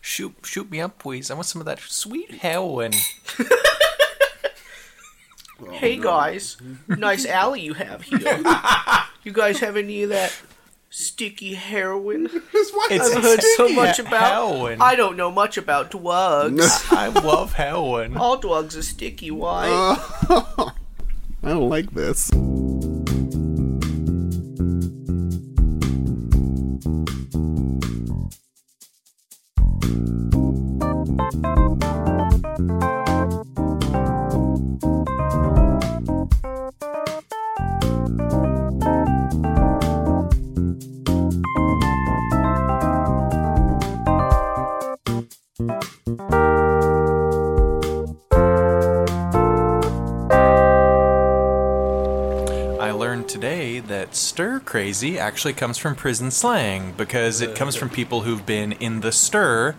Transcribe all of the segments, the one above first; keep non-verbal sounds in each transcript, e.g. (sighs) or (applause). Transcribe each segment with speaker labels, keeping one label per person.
Speaker 1: Shoot, shoot me up, please. I want some of that sweet heroin.
Speaker 2: Hey guys, nice alley you have here. you guys have any of that sticky heroin?
Speaker 3: It's what
Speaker 2: I've heard so
Speaker 1: (laughs)
Speaker 2: much
Speaker 1: Sticky
Speaker 2: about.
Speaker 1: heroin.
Speaker 2: I don't know much about drugs.
Speaker 3: (laughs)
Speaker 1: I love heroin.
Speaker 2: All drugs are sticky. Why?
Speaker 1: Oh.
Speaker 2: (laughs)
Speaker 3: (laughs) I don't like this.
Speaker 1: I learned today that stir crazy actually comes from prison slang because it comes from people who've been in the stir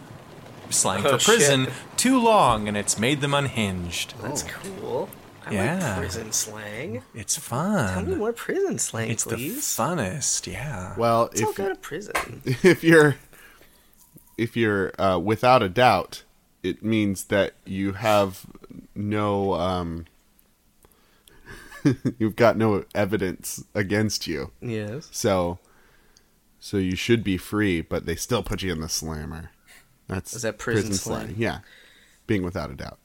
Speaker 1: slang for
Speaker 2: Oh, shit.
Speaker 1: prison too long and it's made them unhinged.
Speaker 2: That's cool. I
Speaker 1: Yeah.
Speaker 2: like prison slang.
Speaker 1: It's
Speaker 2: Tell me
Speaker 1: fun.
Speaker 2: more prison slang,
Speaker 1: It's the
Speaker 2: please.
Speaker 1: funnest, yeah.
Speaker 3: Well,
Speaker 2: Let's all
Speaker 3: if
Speaker 2: go to prison.
Speaker 3: (laughs)
Speaker 1: (laughs)
Speaker 3: if you're if you're uh, without a doubt, it means that you have no um, (laughs) you've got no evidence against you.
Speaker 2: yes.
Speaker 3: So so you should be free, but they still put you in the slammer. That's
Speaker 2: Is that prison slang?
Speaker 3: Yeah, being without a doubt.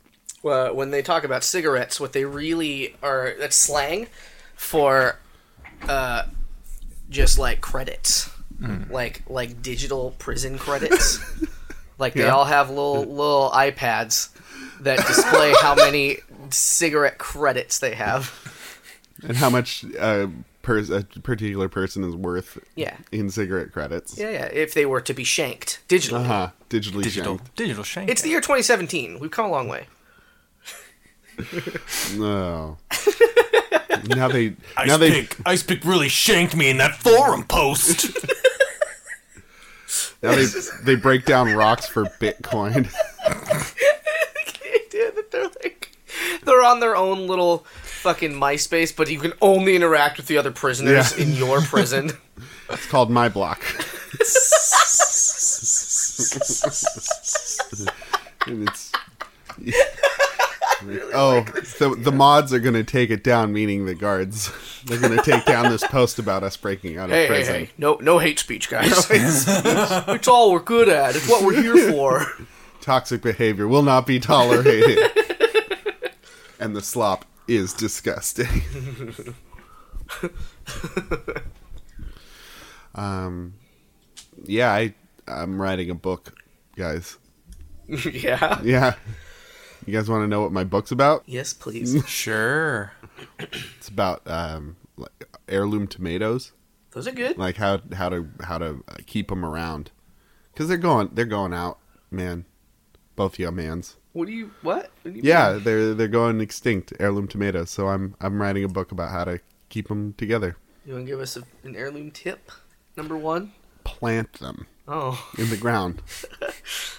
Speaker 2: Well, uh, when they talk about cigarettes, what they really are that's slang for uh, just like credits, like like digital prison credits. like they
Speaker 3: Yeah.
Speaker 2: all have little little iPads that display how many cigarette credits they have.
Speaker 3: And how much uh, per- a particular person is worth?
Speaker 2: Yeah.
Speaker 3: in cigarette credits.
Speaker 2: Yeah, yeah. If they were to be shanked digitally,
Speaker 3: Uh huh. Digitally
Speaker 1: Digital
Speaker 3: shanked.
Speaker 1: digital shank.
Speaker 2: it's the year 2017. We've come a long way.
Speaker 3: No.
Speaker 2: (laughs)
Speaker 3: now they
Speaker 1: Ice
Speaker 3: now they
Speaker 1: Pick. Ice Pick really shanked me in that forum post.
Speaker 3: now they they break down rocks for Bitcoin. (laughs)
Speaker 2: (laughs) idea that they're like they're on their own little fucking MySpace, but you can only interact with the other prisoners
Speaker 3: Yeah.
Speaker 2: in your prison.
Speaker 3: It's called My Block.
Speaker 2: (laughs)
Speaker 3: and it's (laughs) oh, so the mods are gonna take it down, meaning the guards. They're gonna take down this post about us breaking out of
Speaker 2: hey, hey,
Speaker 3: prison.
Speaker 2: hey! No, no hate speech, guys. it's all we're good at. It's what we're here for. (laughs)
Speaker 3: Toxic behavior will not be tolerated, and the slop is disgusting. um, yeah, I I'm writing a book, guys.
Speaker 2: yeah.
Speaker 3: Yeah. You guys want to know what my book's about?
Speaker 2: Yes, please.
Speaker 1: (laughs) sure.
Speaker 3: It's about um, like heirloom tomatoes,
Speaker 2: Those are good.
Speaker 3: like how how to how to uh, keep them around, because they're going they're going out, man. Both you mans.
Speaker 2: What do you? What? What do you
Speaker 3: Yeah, they're they're going extinct heirloom tomatoes. So I'm I'm writing a book about how to keep them together.
Speaker 2: You want to give us a, an heirloom tip? Number one.
Speaker 3: Plant them
Speaker 2: Oh,
Speaker 3: in the ground.
Speaker 2: oh!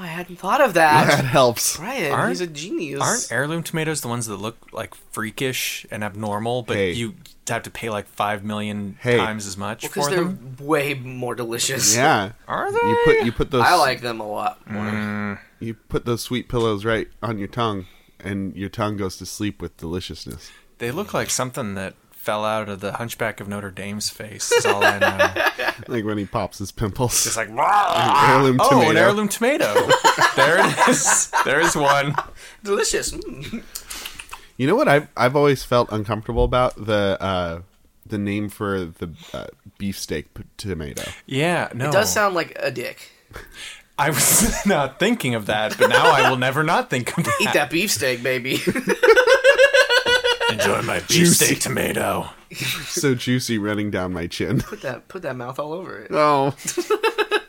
Speaker 2: I hadn't thought of that.
Speaker 3: That helps.
Speaker 2: Brian,
Speaker 1: Aren't-
Speaker 2: he's a genius.
Speaker 1: Aren't heirloom tomatoes the ones that look like freakish and abnormal, but
Speaker 3: Hey.
Speaker 1: you have to pay like five million
Speaker 3: Hey.
Speaker 1: times as much
Speaker 2: because
Speaker 1: for
Speaker 2: they're
Speaker 1: them?
Speaker 2: way more delicious.
Speaker 3: Yeah.
Speaker 1: Are they?
Speaker 3: You put you put those
Speaker 2: I like them a lot more.
Speaker 3: you put those sweet pillows right on your tongue, and your tongue goes to sleep with deliciousness.
Speaker 1: They look like something that fell out of the Hunchback of Notre Dame's face. Is all I know.
Speaker 3: like when he pops his pimples. (laughs)
Speaker 1: It's
Speaker 3: It's
Speaker 1: like "Rah!"
Speaker 3: heirloom
Speaker 1: oh,
Speaker 3: tomato.
Speaker 1: an heirloom tomato. (laughs) there it is. There is one.
Speaker 2: Delicious.
Speaker 3: (laughs)
Speaker 2: Mm.
Speaker 3: You know what I've I've always felt uncomfortable about the uh, the name for the uh, beefsteak p- tomato.
Speaker 1: Yeah, no.
Speaker 2: It
Speaker 3: Oh.
Speaker 2: does sound like a dick.
Speaker 1: I was (laughs) not thinking of that, but now I will never not think of
Speaker 2: Eat (laughs)
Speaker 1: that.
Speaker 2: that beefsteak,
Speaker 3: (laughs)
Speaker 2: baby.
Speaker 1: Enjoy my
Speaker 3: Juicy.
Speaker 1: beefsteak tomato.
Speaker 3: so juicy, running down my chin.
Speaker 2: put that put that mouth all over
Speaker 3: (laughs)
Speaker 2: it.
Speaker 3: Oh.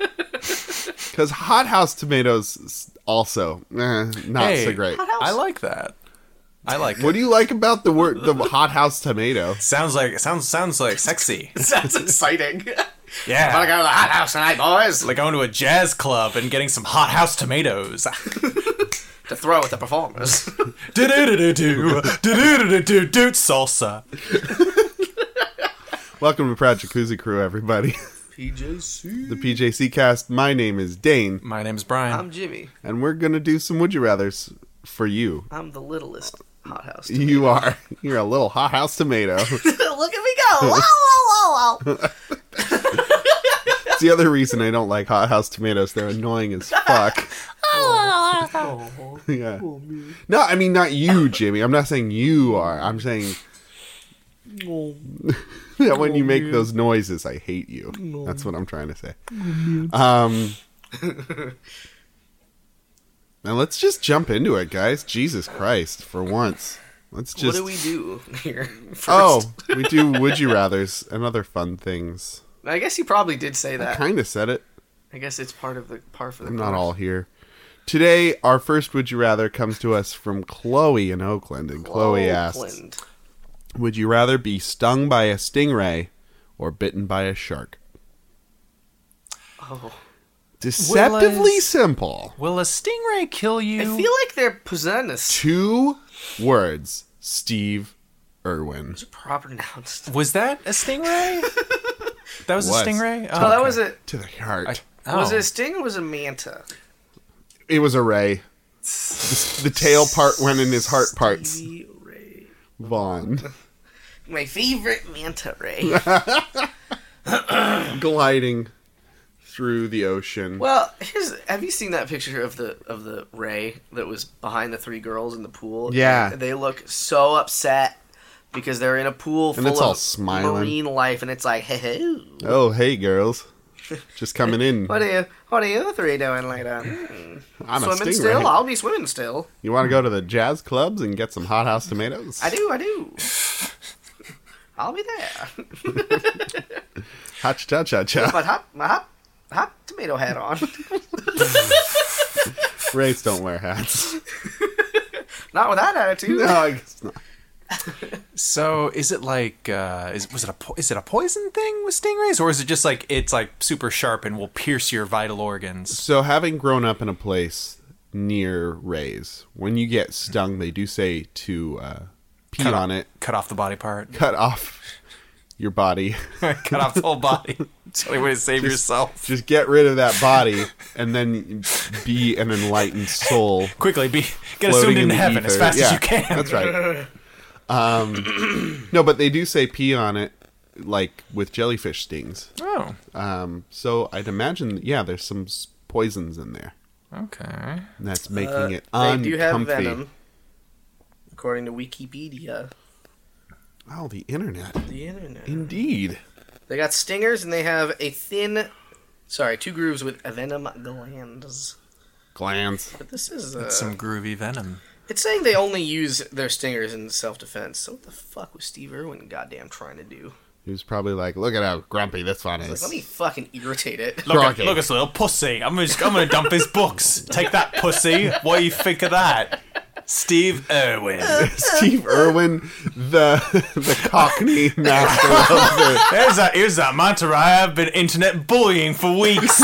Speaker 3: Because hothouse tomatoes s- also eh, not
Speaker 1: Hey,
Speaker 3: so great.
Speaker 2: Hothouse.
Speaker 1: I like that. I like
Speaker 3: What
Speaker 1: it.
Speaker 3: do you like about the word the hothouse tomato?
Speaker 1: Sounds like sounds sounds like sexy.
Speaker 2: That's exciting.
Speaker 1: Yeah.
Speaker 2: (laughs) Wanna go to the hot house tonight, boys?
Speaker 1: like going to a jazz club and getting some hot house tomatoes.
Speaker 2: To throw at the
Speaker 3: (laughs)
Speaker 2: performers.
Speaker 1: Do-do-do-do-do, do-do-do-do-do, salsa.
Speaker 3: Welcome to Proud Jacuzzi Crew, everybody. (laughs)
Speaker 2: PJC.
Speaker 3: The PJC cast. My name is Dane,
Speaker 1: My name's Brian.
Speaker 2: (laughs) I'm Jimmy.
Speaker 3: and we're gonna do some would you rather's for you.
Speaker 2: I'm the littlest hothouse. to-
Speaker 3: You are you're a little hot house tomato.
Speaker 2: (laughs)
Speaker 3: it's
Speaker 2: Look at me go! Wow, wow, wow, wow.
Speaker 3: the other reason I don't like hot house tomatoes. They're annoying as fuck.
Speaker 2: (laughs) Oh,
Speaker 3: Yeah. No, I mean not you, Jimmy. I'm not saying you are. I'm saying
Speaker 2: oh.
Speaker 3: (laughs) that when you make those noises, I hate you. That's what I'm trying to say.
Speaker 2: (laughs)
Speaker 3: Um, now let's just jump into it, guys. Jesus Christ, for once, let's
Speaker 2: what
Speaker 3: (laughs) just.
Speaker 2: do we do
Speaker 3: (laughs)
Speaker 2: here? First?
Speaker 3: oh, we do would you rather's and other fun things.
Speaker 2: I guess you probably did say that.
Speaker 3: Kind of said it.
Speaker 2: I guess it's part of the par for the
Speaker 3: I'm not
Speaker 2: course.
Speaker 3: all here. Today, our first would you rather comes to us from Chloe in Oakland, and Chloe asks,
Speaker 2: Oakland.
Speaker 3: "Would you rather be stung by a stingray or bitten by a shark?"
Speaker 2: Oh.
Speaker 3: Deceptively
Speaker 1: is-
Speaker 3: simple.
Speaker 1: Will a stingray kill you?
Speaker 2: I feel like they're possessed.
Speaker 3: two words Steve Irwin.
Speaker 2: Those are proper nouns.
Speaker 1: was that a
Speaker 2: (laughs)
Speaker 1: stingray? that was, a
Speaker 3: Was.
Speaker 1: stingray.
Speaker 2: Oh, that was a
Speaker 3: To the heart.
Speaker 1: I-
Speaker 2: was
Speaker 1: oh.
Speaker 2: it a sting or was it a manta?
Speaker 3: it was a ray. The, the tail part went in his heart parts.
Speaker 2: Stevie Ray.
Speaker 3: Vaughn.
Speaker 2: My favorite manta ray. (laughs)
Speaker 3: Gliding through the ocean.
Speaker 2: well, here's have you seen that picture of the of the ray that was behind the three girls in the pool?
Speaker 3: Yeah.
Speaker 2: they look so upset because they're in a pool full
Speaker 3: And it's all
Speaker 2: of
Speaker 3: smiling.
Speaker 2: marine life, and it's like, hey, hey,
Speaker 3: Oh, hey, girls. Just coming in.
Speaker 2: what are you, what are you three doing
Speaker 3: (laughs)
Speaker 2: later? Hmm.
Speaker 3: I'm a
Speaker 2: swimming
Speaker 3: stingray.
Speaker 2: still? I'll be swimming still.
Speaker 3: You want to go to the jazz clubs and get some hot house tomatoes?
Speaker 2: I do, I
Speaker 3: (laughs)
Speaker 2: do. I'll be there.
Speaker 3: Hot cha cha cha.
Speaker 2: But hot, my hot, hot tomato hat on. (laughs)
Speaker 3: Rays don't wear hats. (laughs)
Speaker 2: Not with that attitude.
Speaker 3: No, I guess not.
Speaker 1: So is it like uh, is was it a po- is it a poison thing with stingrays or is it just like it's like super sharp and will pierce your vital organs?
Speaker 3: So, having grown up in a place near rays, when you get stung, they do say to uh, pee
Speaker 1: Cut-
Speaker 3: on it,
Speaker 1: Cut off the body part. (laughs)
Speaker 3: cut off your body, (laughs)
Speaker 1: Cut off the whole
Speaker 2: (laughs)
Speaker 1: body. It's the only way to save yourself.
Speaker 3: just get rid of that body, and then be an enlightened soul.
Speaker 1: Quickly, be get
Speaker 3: floating
Speaker 1: assumed
Speaker 3: in
Speaker 1: into
Speaker 3: the
Speaker 1: heaven as
Speaker 3: ether.
Speaker 1: fast as
Speaker 3: Yeah,
Speaker 1: you can.
Speaker 3: That's
Speaker 1: (laughs)
Speaker 3: right. Um, no, but they do say pee on it, like with jellyfish stings.
Speaker 1: Oh,
Speaker 3: Um, so I'd imagine, yeah, there's some s- poisons in there.
Speaker 1: okay.
Speaker 3: and That's making it
Speaker 2: Uh, They
Speaker 3: uncomfy.
Speaker 2: do have venom, according to Wikipedia,
Speaker 3: Oh, the internet.
Speaker 2: the internet.
Speaker 3: Indeed.
Speaker 2: They got stingers and they have a thin, sorry, two grooves with venom glands.
Speaker 3: Glands.
Speaker 2: But this is uh,
Speaker 1: That's some groovy venom.
Speaker 2: it's saying they only use their stingers in self-defense. So what the fuck was Steve Irwin goddamn trying to do?
Speaker 3: He was probably like, look at how grumpy this one is.
Speaker 2: Like,
Speaker 3: (laughs)
Speaker 2: let me fucking irritate it. (laughs)
Speaker 1: Look at,
Speaker 3: Crikey.
Speaker 1: look at this little pussy. I'm just, I'm gonna dump his books. Take that pussy. What do you think of that, Steve Irwin?
Speaker 3: Steve Irwin, the (laughs)
Speaker 2: (laughs)
Speaker 3: the Cockney master of the
Speaker 1: Here's that. Here's that Monterey. I've been internet bullying for (laughs) weeks.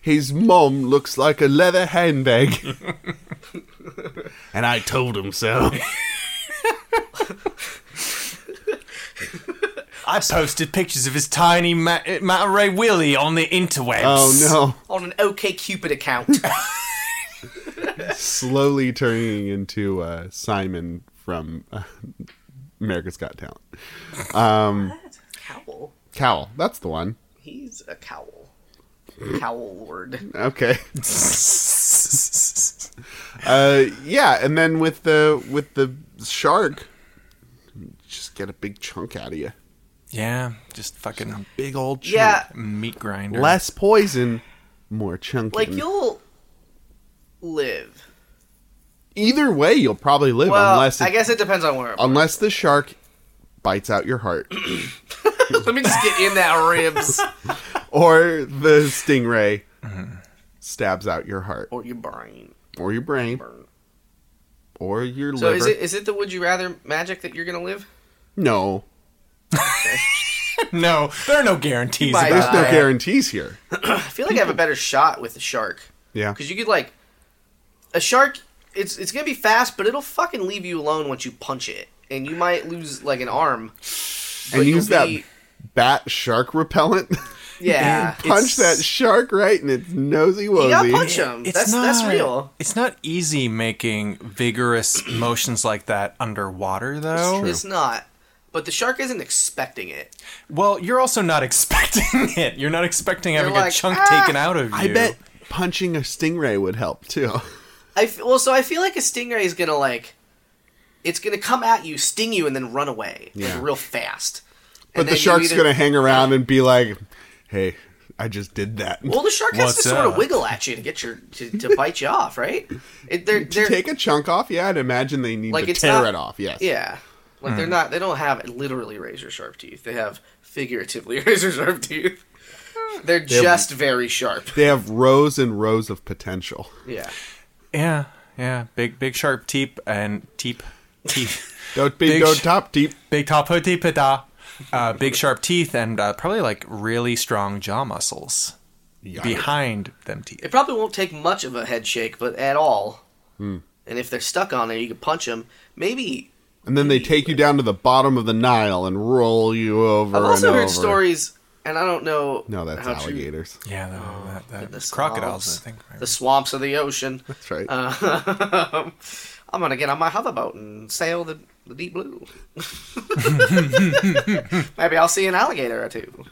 Speaker 3: His mom looks like a leather
Speaker 2: (laughs)
Speaker 3: handbag. and I told him so.
Speaker 1: I posted pictures of his tiny Ma- Manta Ray Willy on the interwebs. (laughs)
Speaker 3: Oh no.
Speaker 2: On an OK Cupid
Speaker 3: (laughs)
Speaker 2: account.
Speaker 3: Slowly turning into uh, Simon from uh, America's Got Talent.
Speaker 2: cowl.
Speaker 3: Cowl, that's the one.
Speaker 2: He's a cowl. Cowl lord.
Speaker 3: Okay. Uh, yeah, and then with the with the shark, just get a big chunk out of you.
Speaker 1: yeah, just fucking
Speaker 3: Big old chunk.
Speaker 2: Yeah,
Speaker 1: meat grinder.
Speaker 3: less poison, more chunky.
Speaker 2: like you'll live.
Speaker 3: Either way, you'll probably live
Speaker 2: Well,
Speaker 3: unless
Speaker 2: I
Speaker 3: it,
Speaker 2: guess it depends on where.
Speaker 3: unless the shark bites out your heart (clears throat)
Speaker 2: Let me just get in that ribs
Speaker 3: or the stingray
Speaker 2: Mm-hmm.
Speaker 3: stabs out your heart
Speaker 2: (laughs) or your brain.
Speaker 3: or your brain
Speaker 2: Burn.
Speaker 3: or your
Speaker 2: So
Speaker 3: liver.
Speaker 2: is it is it the would you rather magic that you're gonna live?
Speaker 3: no,
Speaker 1: No, there are no guarantees.
Speaker 2: Bye.
Speaker 1: About
Speaker 3: there's no
Speaker 2: Uh,
Speaker 3: guarantees here.
Speaker 2: I feel like I have a better shot with the shark
Speaker 3: Yeah,
Speaker 2: because you could like a shark. It's it's gonna be fast, but it'll fucking leave you alone once you punch it, and you might lose like an arm. but
Speaker 3: and
Speaker 2: you'll
Speaker 3: use that
Speaker 2: be-
Speaker 3: bat shark repellent. (laughs)
Speaker 2: Yeah.
Speaker 3: punch
Speaker 1: It's-
Speaker 3: that shark right in its nosy
Speaker 2: You gotta
Speaker 3: wozy.
Speaker 2: punch him. That's that's real.
Speaker 1: It's not easy making vigorous motions like that underwater,
Speaker 3: It's
Speaker 1: though.
Speaker 3: true.
Speaker 2: It's not. But the shark isn't expecting it.
Speaker 1: Well, you're also not (laughs) expecting it. You're not expecting having
Speaker 2: You're
Speaker 1: a
Speaker 2: like,
Speaker 1: chunk
Speaker 2: "Ah!"
Speaker 1: taken out of you.
Speaker 3: I bet punching a stingray would help too.
Speaker 2: I f- well, so I feel like a stingray is gonna like, it's gonna come at you, sting you, and then run away like,
Speaker 3: Yeah.
Speaker 2: real fast.
Speaker 3: But the shark's gonna hang around and be like, "Hey, I just did that." (laughs)
Speaker 2: Well, the shark has
Speaker 1: What's
Speaker 2: to sort
Speaker 1: up?
Speaker 2: of wiggle at you to get your to, to bite you off, right? It, they're
Speaker 3: to
Speaker 2: they're
Speaker 3: take a chunk off, yeah, I'd imagine they need
Speaker 2: Like,
Speaker 3: to
Speaker 2: it's
Speaker 3: tear
Speaker 2: not-
Speaker 3: it off.
Speaker 2: (laughs)
Speaker 3: Yes.
Speaker 2: yeah, like
Speaker 3: Hmm.
Speaker 2: they're not they don't have literally razor sharp teeth. They have figuratively (laughs) razor sharp teeth. They're just very sharp.
Speaker 3: They have rows and rows of potential.
Speaker 2: Yeah,
Speaker 1: Yeah, yeah. Big, big, sharp teep and teep, teep. (laughs)
Speaker 3: Don't be
Speaker 1: Big
Speaker 3: don't
Speaker 1: sh-
Speaker 3: top deep.
Speaker 1: big top hooty pita. Uh, big sharp teeth and uh, probably like really strong jaw muscles behind them teeth.
Speaker 2: it probably won't take much of a head shake, but at all.
Speaker 3: Hmm.
Speaker 2: And if they're stuck on there, you can punch them. Maybe
Speaker 3: And then they take you down to the bottom of the Nile and roll you over.
Speaker 2: I've also
Speaker 3: and
Speaker 2: heard
Speaker 3: over.
Speaker 2: stories, and I don't know.
Speaker 3: No, that's
Speaker 2: how true-
Speaker 3: alligators.
Speaker 1: Yeah, that, that,
Speaker 2: Oh, The
Speaker 1: that crocodiles. I
Speaker 2: swamps-
Speaker 1: think.
Speaker 2: The swamps of the
Speaker 3: (laughs)
Speaker 2: ocean.
Speaker 3: That's right.
Speaker 2: Uh, (laughs) I'm gonna get on my hoverboat and sail the, the deep blue. (laughs) Maybe I'll see an alligator or two.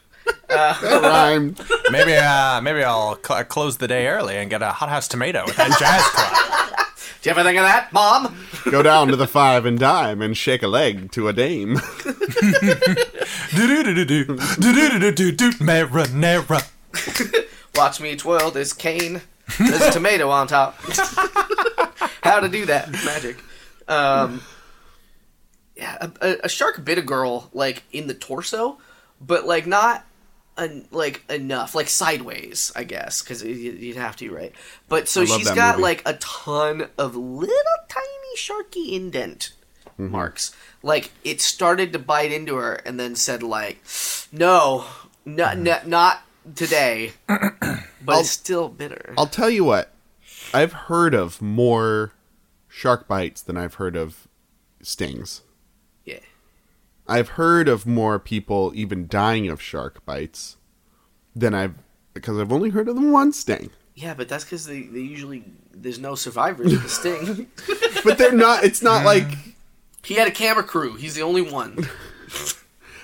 Speaker 3: that rhymed.
Speaker 1: maybe, uh, maybe I'll cl- close the day early and get a hot house tomato at that jazz club.
Speaker 2: Do you ever think of that, Mom?
Speaker 3: Go down to the five and dime and shake a leg to a dame. (laughs)
Speaker 1: Do-do-do-do-do, do-do-do-do-do, marinara.
Speaker 2: Watch me twirl this cane. There's a tomato on top. (laughs) How to do that? Magic. Um, yeah, a- a, a shark bit a girl like in the torso, but like not en- like enough, like sideways, I guess, because you'd have to, right? But so
Speaker 3: I love
Speaker 2: she's
Speaker 3: that
Speaker 2: got
Speaker 3: movie.
Speaker 2: like a ton of little tiny sharky indent
Speaker 1: Mm-hmm.
Speaker 2: marks. Like it started to bite into her, and then said like, "No, no,
Speaker 1: Mm-hmm.
Speaker 2: no not
Speaker 1: (clears throat)
Speaker 2: today." but it's still bitter.
Speaker 3: I'll tell you what. I've heard of more shark bites than I've heard of stings.
Speaker 2: yeah.
Speaker 3: I've heard of more people even dying of shark bites than I've because I've only heard of the one sting.
Speaker 2: Yeah, but that's because they, they usually there's no
Speaker 1: (laughs)
Speaker 2: survivors of the sting.
Speaker 3: But they're not it's not (laughs) like
Speaker 2: he had a camera crew. He's the
Speaker 1: (laughs)
Speaker 2: only one.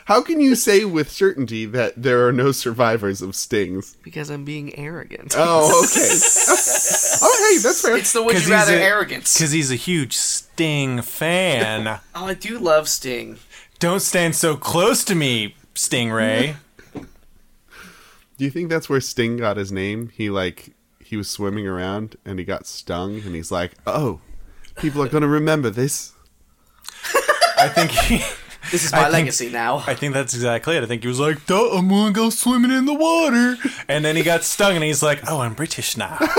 Speaker 3: how can you say with certainty that there are no survivors of stings?
Speaker 2: Because I'm being arrogant.
Speaker 1: Uh,
Speaker 3: Oh, okay. (laughs) oh, hey, that's fair.
Speaker 2: it's the would
Speaker 1: 'Cause
Speaker 2: you rather
Speaker 1: he's a-
Speaker 2: arrogance.
Speaker 1: Because he's a huge Sting fan.
Speaker 2: Oh, I do love Sting.
Speaker 1: Don't stand so close to me, Stingray.
Speaker 3: Do you think that's where Sting got his name? He like he was swimming around and he got stung and he's like, "Oh, people are going to remember this."
Speaker 1: I think he.
Speaker 2: This is my
Speaker 1: think-
Speaker 2: legacy now.
Speaker 1: I think that's exactly it. I think he was like, "Duh, I'm gonna go swimming in the water. And then he got stung and he's like, oh, I'm British now. (laughs)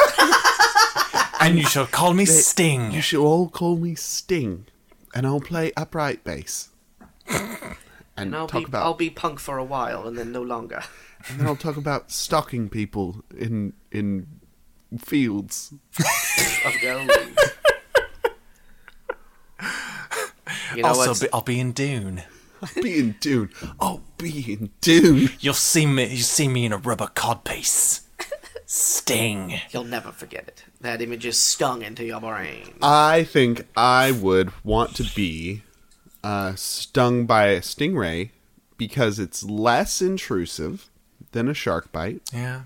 Speaker 1: and you shall call me
Speaker 3: You
Speaker 1: Sting.
Speaker 3: should all call me Sting and I'll play
Speaker 2: (laughs)
Speaker 3: upright bass. And,
Speaker 2: And I'll
Speaker 3: talk
Speaker 2: be
Speaker 3: about
Speaker 2: I'll be punk for a while and then
Speaker 1: (laughs)
Speaker 2: no longer.
Speaker 3: and then I'll talk about stalking people in in fields.
Speaker 2: Of gold. you know
Speaker 1: Also,
Speaker 2: what's-
Speaker 1: be, I'll be in Dune.
Speaker 3: Be in Dune. I'll be in Dune.
Speaker 1: You'll see me. You see me in a rubber codpiece. Sting.
Speaker 2: You'll never forget it. That image is stung into your brain.
Speaker 3: I think I would want to be uh, stung by a stingray because it's less intrusive than a shark bite.
Speaker 1: Yeah.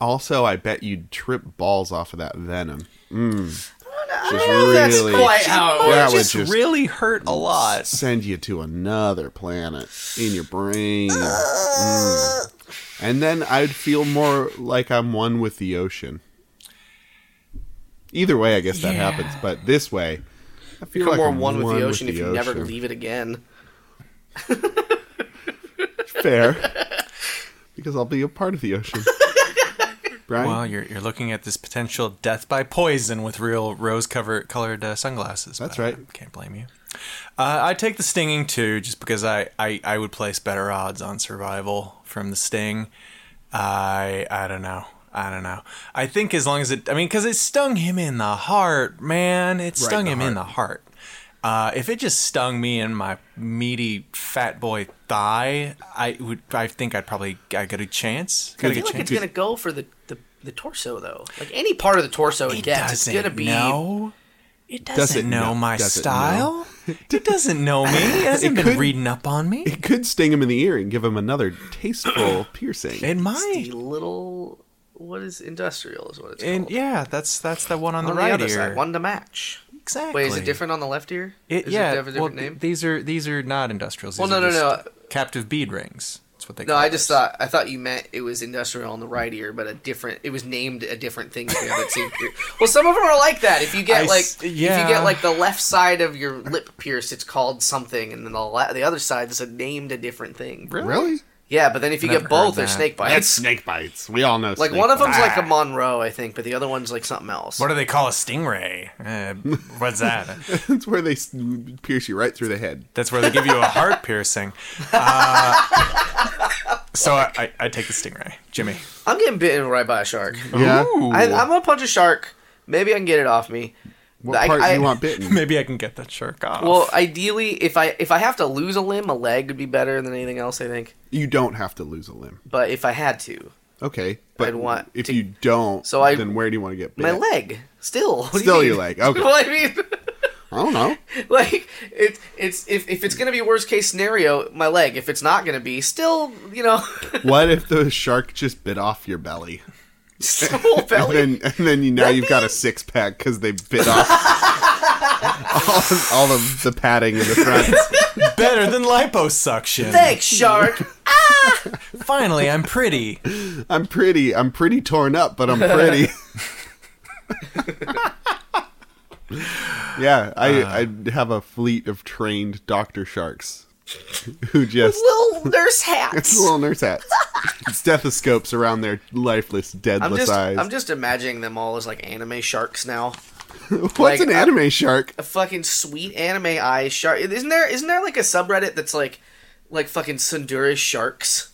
Speaker 3: Also, I bet you'd trip balls off of that venom. Mm.
Speaker 2: I
Speaker 3: Just really
Speaker 2: how
Speaker 3: that would
Speaker 1: Oh, Just
Speaker 3: just
Speaker 1: really hurt a lot.
Speaker 3: send you to another planet in your brain. Mm. And then I'd feel more like I'm one with the ocean. Either way, I guess that
Speaker 1: Yeah.
Speaker 3: happens. But this way, I feel
Speaker 2: Become
Speaker 3: like
Speaker 2: more
Speaker 3: I'm
Speaker 2: one with the ocean if you never
Speaker 3: ocean.
Speaker 2: leave it again.
Speaker 3: Fair.
Speaker 2: (laughs)
Speaker 3: because I'll be a part of the ocean. Brian?
Speaker 1: Well, you're you're looking at this potential death by poison with real rose cover colored uh, sunglasses.
Speaker 3: That's
Speaker 1: but
Speaker 3: right.
Speaker 1: I can't blame you. Uh, I take the stinging too, just because I, I, I would place better odds on survival from the sting. I I don't know. I don't know. I think as long as it, I mean, because it stung him in the heart, man. It stung
Speaker 3: the
Speaker 1: him in the heart, Uh, if it just stung me in my meaty fat boy thigh, I would. I think I'd probably. I got a chance. Got
Speaker 2: I
Speaker 1: a
Speaker 2: feel
Speaker 1: good
Speaker 2: like
Speaker 1: chance.
Speaker 2: it's gonna go for the, the, the torso though. Like any part of the torso it, gets, it's gonna be.
Speaker 1: know. It doesn't,
Speaker 3: Doesn't
Speaker 1: know,
Speaker 3: know.
Speaker 1: my
Speaker 3: Doesn't
Speaker 2: (laughs)
Speaker 1: style. it doesn't know me. It hasn't been
Speaker 3: could-
Speaker 1: reading up on me. It,
Speaker 3: It could sting him in the ear and give him another tasteful piercing.
Speaker 2: The
Speaker 1: might.
Speaker 2: little what is industrial is what it's called.
Speaker 1: And yeah, that's that's the one on,
Speaker 2: on
Speaker 1: the right
Speaker 2: the other
Speaker 1: ear.
Speaker 2: side, one to match.
Speaker 1: Exactly.
Speaker 2: Wait, is it different on the left ear?
Speaker 1: It,
Speaker 2: is
Speaker 1: yeah.
Speaker 2: it have a
Speaker 1: well,
Speaker 2: different
Speaker 1: th-
Speaker 2: name?
Speaker 1: these are these are not industrials.
Speaker 2: Well,
Speaker 1: These
Speaker 2: no,
Speaker 1: are
Speaker 2: no,
Speaker 1: just Captive bead rings. That's what they.
Speaker 2: No,
Speaker 1: call
Speaker 2: I just
Speaker 1: those.
Speaker 2: thought I thought you meant it was industrial on the right ear, but a different. It was named a different thing. Here that seemed weird. Well, some of them are like that. If you
Speaker 1: I
Speaker 2: get like
Speaker 1: s-
Speaker 2: if
Speaker 1: yeah.
Speaker 2: you get like the left side of your lip pierced, it's called something, and then the la- the other side is a named a different thing.
Speaker 3: Really?
Speaker 2: Yeah, but then if you
Speaker 1: Never
Speaker 2: get both,
Speaker 1: heard
Speaker 2: they're
Speaker 1: that.
Speaker 2: snake
Speaker 3: That's
Speaker 2: bites.
Speaker 3: snake bites. We all know.
Speaker 2: Like
Speaker 3: snake
Speaker 2: one of them's
Speaker 3: bites.
Speaker 2: like a Monroe, I think, but the other one's like something else.
Speaker 1: What do they call a stingray? Uh, what's that?
Speaker 3: (laughs) That's where they s- pierce you right through the head.
Speaker 1: That's where they give you a heart piercing. Uh, (laughs) so I, I, I take the stingray,
Speaker 2: (laughs)
Speaker 1: Jimmy.
Speaker 2: I'm getting bitten right by a shark.
Speaker 3: Yeah.
Speaker 1: Ooh.
Speaker 2: I, I'm gonna punch a shark. Maybe I can get it off me.
Speaker 3: What
Speaker 2: I-
Speaker 3: part
Speaker 2: I-
Speaker 3: do you want bitten?
Speaker 1: Maybe I can get that shark off.
Speaker 2: Well, ideally, if I if I have to lose a limb, a leg would be better than anything else. I think.
Speaker 3: (laughs) You don't have to lose a limb.
Speaker 2: But if I had to,
Speaker 3: Okay, but
Speaker 2: I'd want
Speaker 3: if
Speaker 2: to-
Speaker 3: you don't,
Speaker 2: So I-
Speaker 3: then where do you want to get bit?
Speaker 2: my leg still. (laughs) What do you
Speaker 3: Still
Speaker 2: mean?
Speaker 3: your leg, okay.
Speaker 2: well, I mean,
Speaker 3: I
Speaker 2: (laughs)
Speaker 3: don't know.
Speaker 2: like it, it's if if it's gonna be worst case scenario, my leg. If it's not gonna be, still, you know, (laughs)
Speaker 3: What if the shark just bit off your belly?
Speaker 2: still
Speaker 3: (laughs)
Speaker 2: whole belly.
Speaker 3: And then, and then you, now you've got a six pack because they bit off (laughs) all, all of the padding in the
Speaker 2: (laughs)
Speaker 3: front.
Speaker 1: better than liposuction.
Speaker 2: Thanks, shark.
Speaker 1: Finally, I'm pretty.
Speaker 3: I'm pretty. I'm pretty torn up, but I'm pretty.
Speaker 2: (laughs)
Speaker 3: yeah,
Speaker 2: Uh.
Speaker 3: I I have a fleet of trained doctor sharks who just
Speaker 2: Little nurse hats. (laughs)
Speaker 3: (laughs) it's little nurse hats, stethoscopes around their lifeless,
Speaker 2: I'm
Speaker 3: deadless
Speaker 2: just
Speaker 3: eyes.
Speaker 2: I'm just imagining them all as like anime sharks now.
Speaker 3: What's
Speaker 2: like,
Speaker 3: an
Speaker 2: I-
Speaker 3: anime shark?
Speaker 2: A fucking sweet anime eye shark. Isn't there isn't there like a subreddit that's like like fucking Sunduri sharks?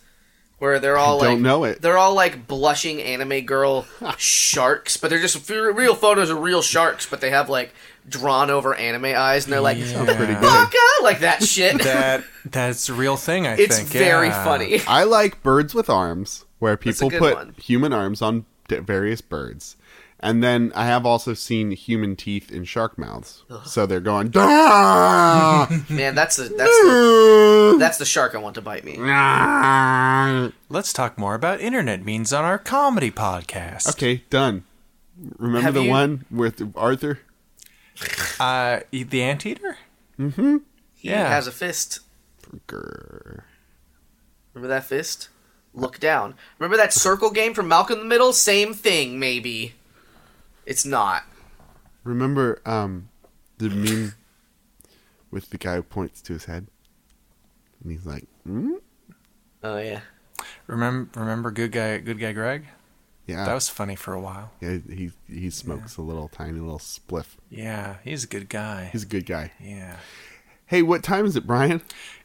Speaker 2: Where they're all
Speaker 3: don't
Speaker 2: like
Speaker 3: know it.
Speaker 2: They're all like blushing anime
Speaker 3: (laughs)
Speaker 2: girl sharks, but they're just f- real photos of real sharks, but they have like drawn over anime eyes and they're like
Speaker 3: Pretty
Speaker 1: Yeah.
Speaker 3: good.
Speaker 2: "Baka!" like that shit. (laughs)
Speaker 1: That that's a real thing. I
Speaker 2: it's
Speaker 1: think
Speaker 2: very
Speaker 1: yeah.
Speaker 2: funny.
Speaker 3: I like birds with arms, where
Speaker 2: a
Speaker 3: people
Speaker 2: good
Speaker 3: put
Speaker 2: one.
Speaker 3: human arms on d- various birds. And then I have also seen human teeth in shark mouths. So they're going,
Speaker 2: (laughs)
Speaker 3: "Dah!"
Speaker 2: Man, that's the
Speaker 3: (laughs)
Speaker 2: that's the that's the shark I want to bite me.
Speaker 1: Let's talk more about internet memes on our comedy podcast.
Speaker 3: (laughs) Okay, done. Remember
Speaker 1: Have
Speaker 3: the
Speaker 1: you-
Speaker 3: one with Arthur?
Speaker 1: Uh, eat the anteater.
Speaker 2: He
Speaker 1: Yeah.
Speaker 2: has a fist.
Speaker 3: Grr.
Speaker 2: Remember that fist? Look down. Remember that circle game from Malcolm in the Middle? Same thing, maybe. It's not.
Speaker 3: Remember um, the meme with the guy who points to his head? And he's like, mm?
Speaker 2: Oh yeah.
Speaker 1: Remember, remember, good guy, good guy, Greg.
Speaker 3: yeah.
Speaker 1: That was funny for a while.
Speaker 3: yeah. He, he smokes a little tiny little spliff.
Speaker 1: Yeah, he's a good guy.
Speaker 3: He's a good guy.
Speaker 1: Yeah,
Speaker 3: Hey, what time is it, Brian?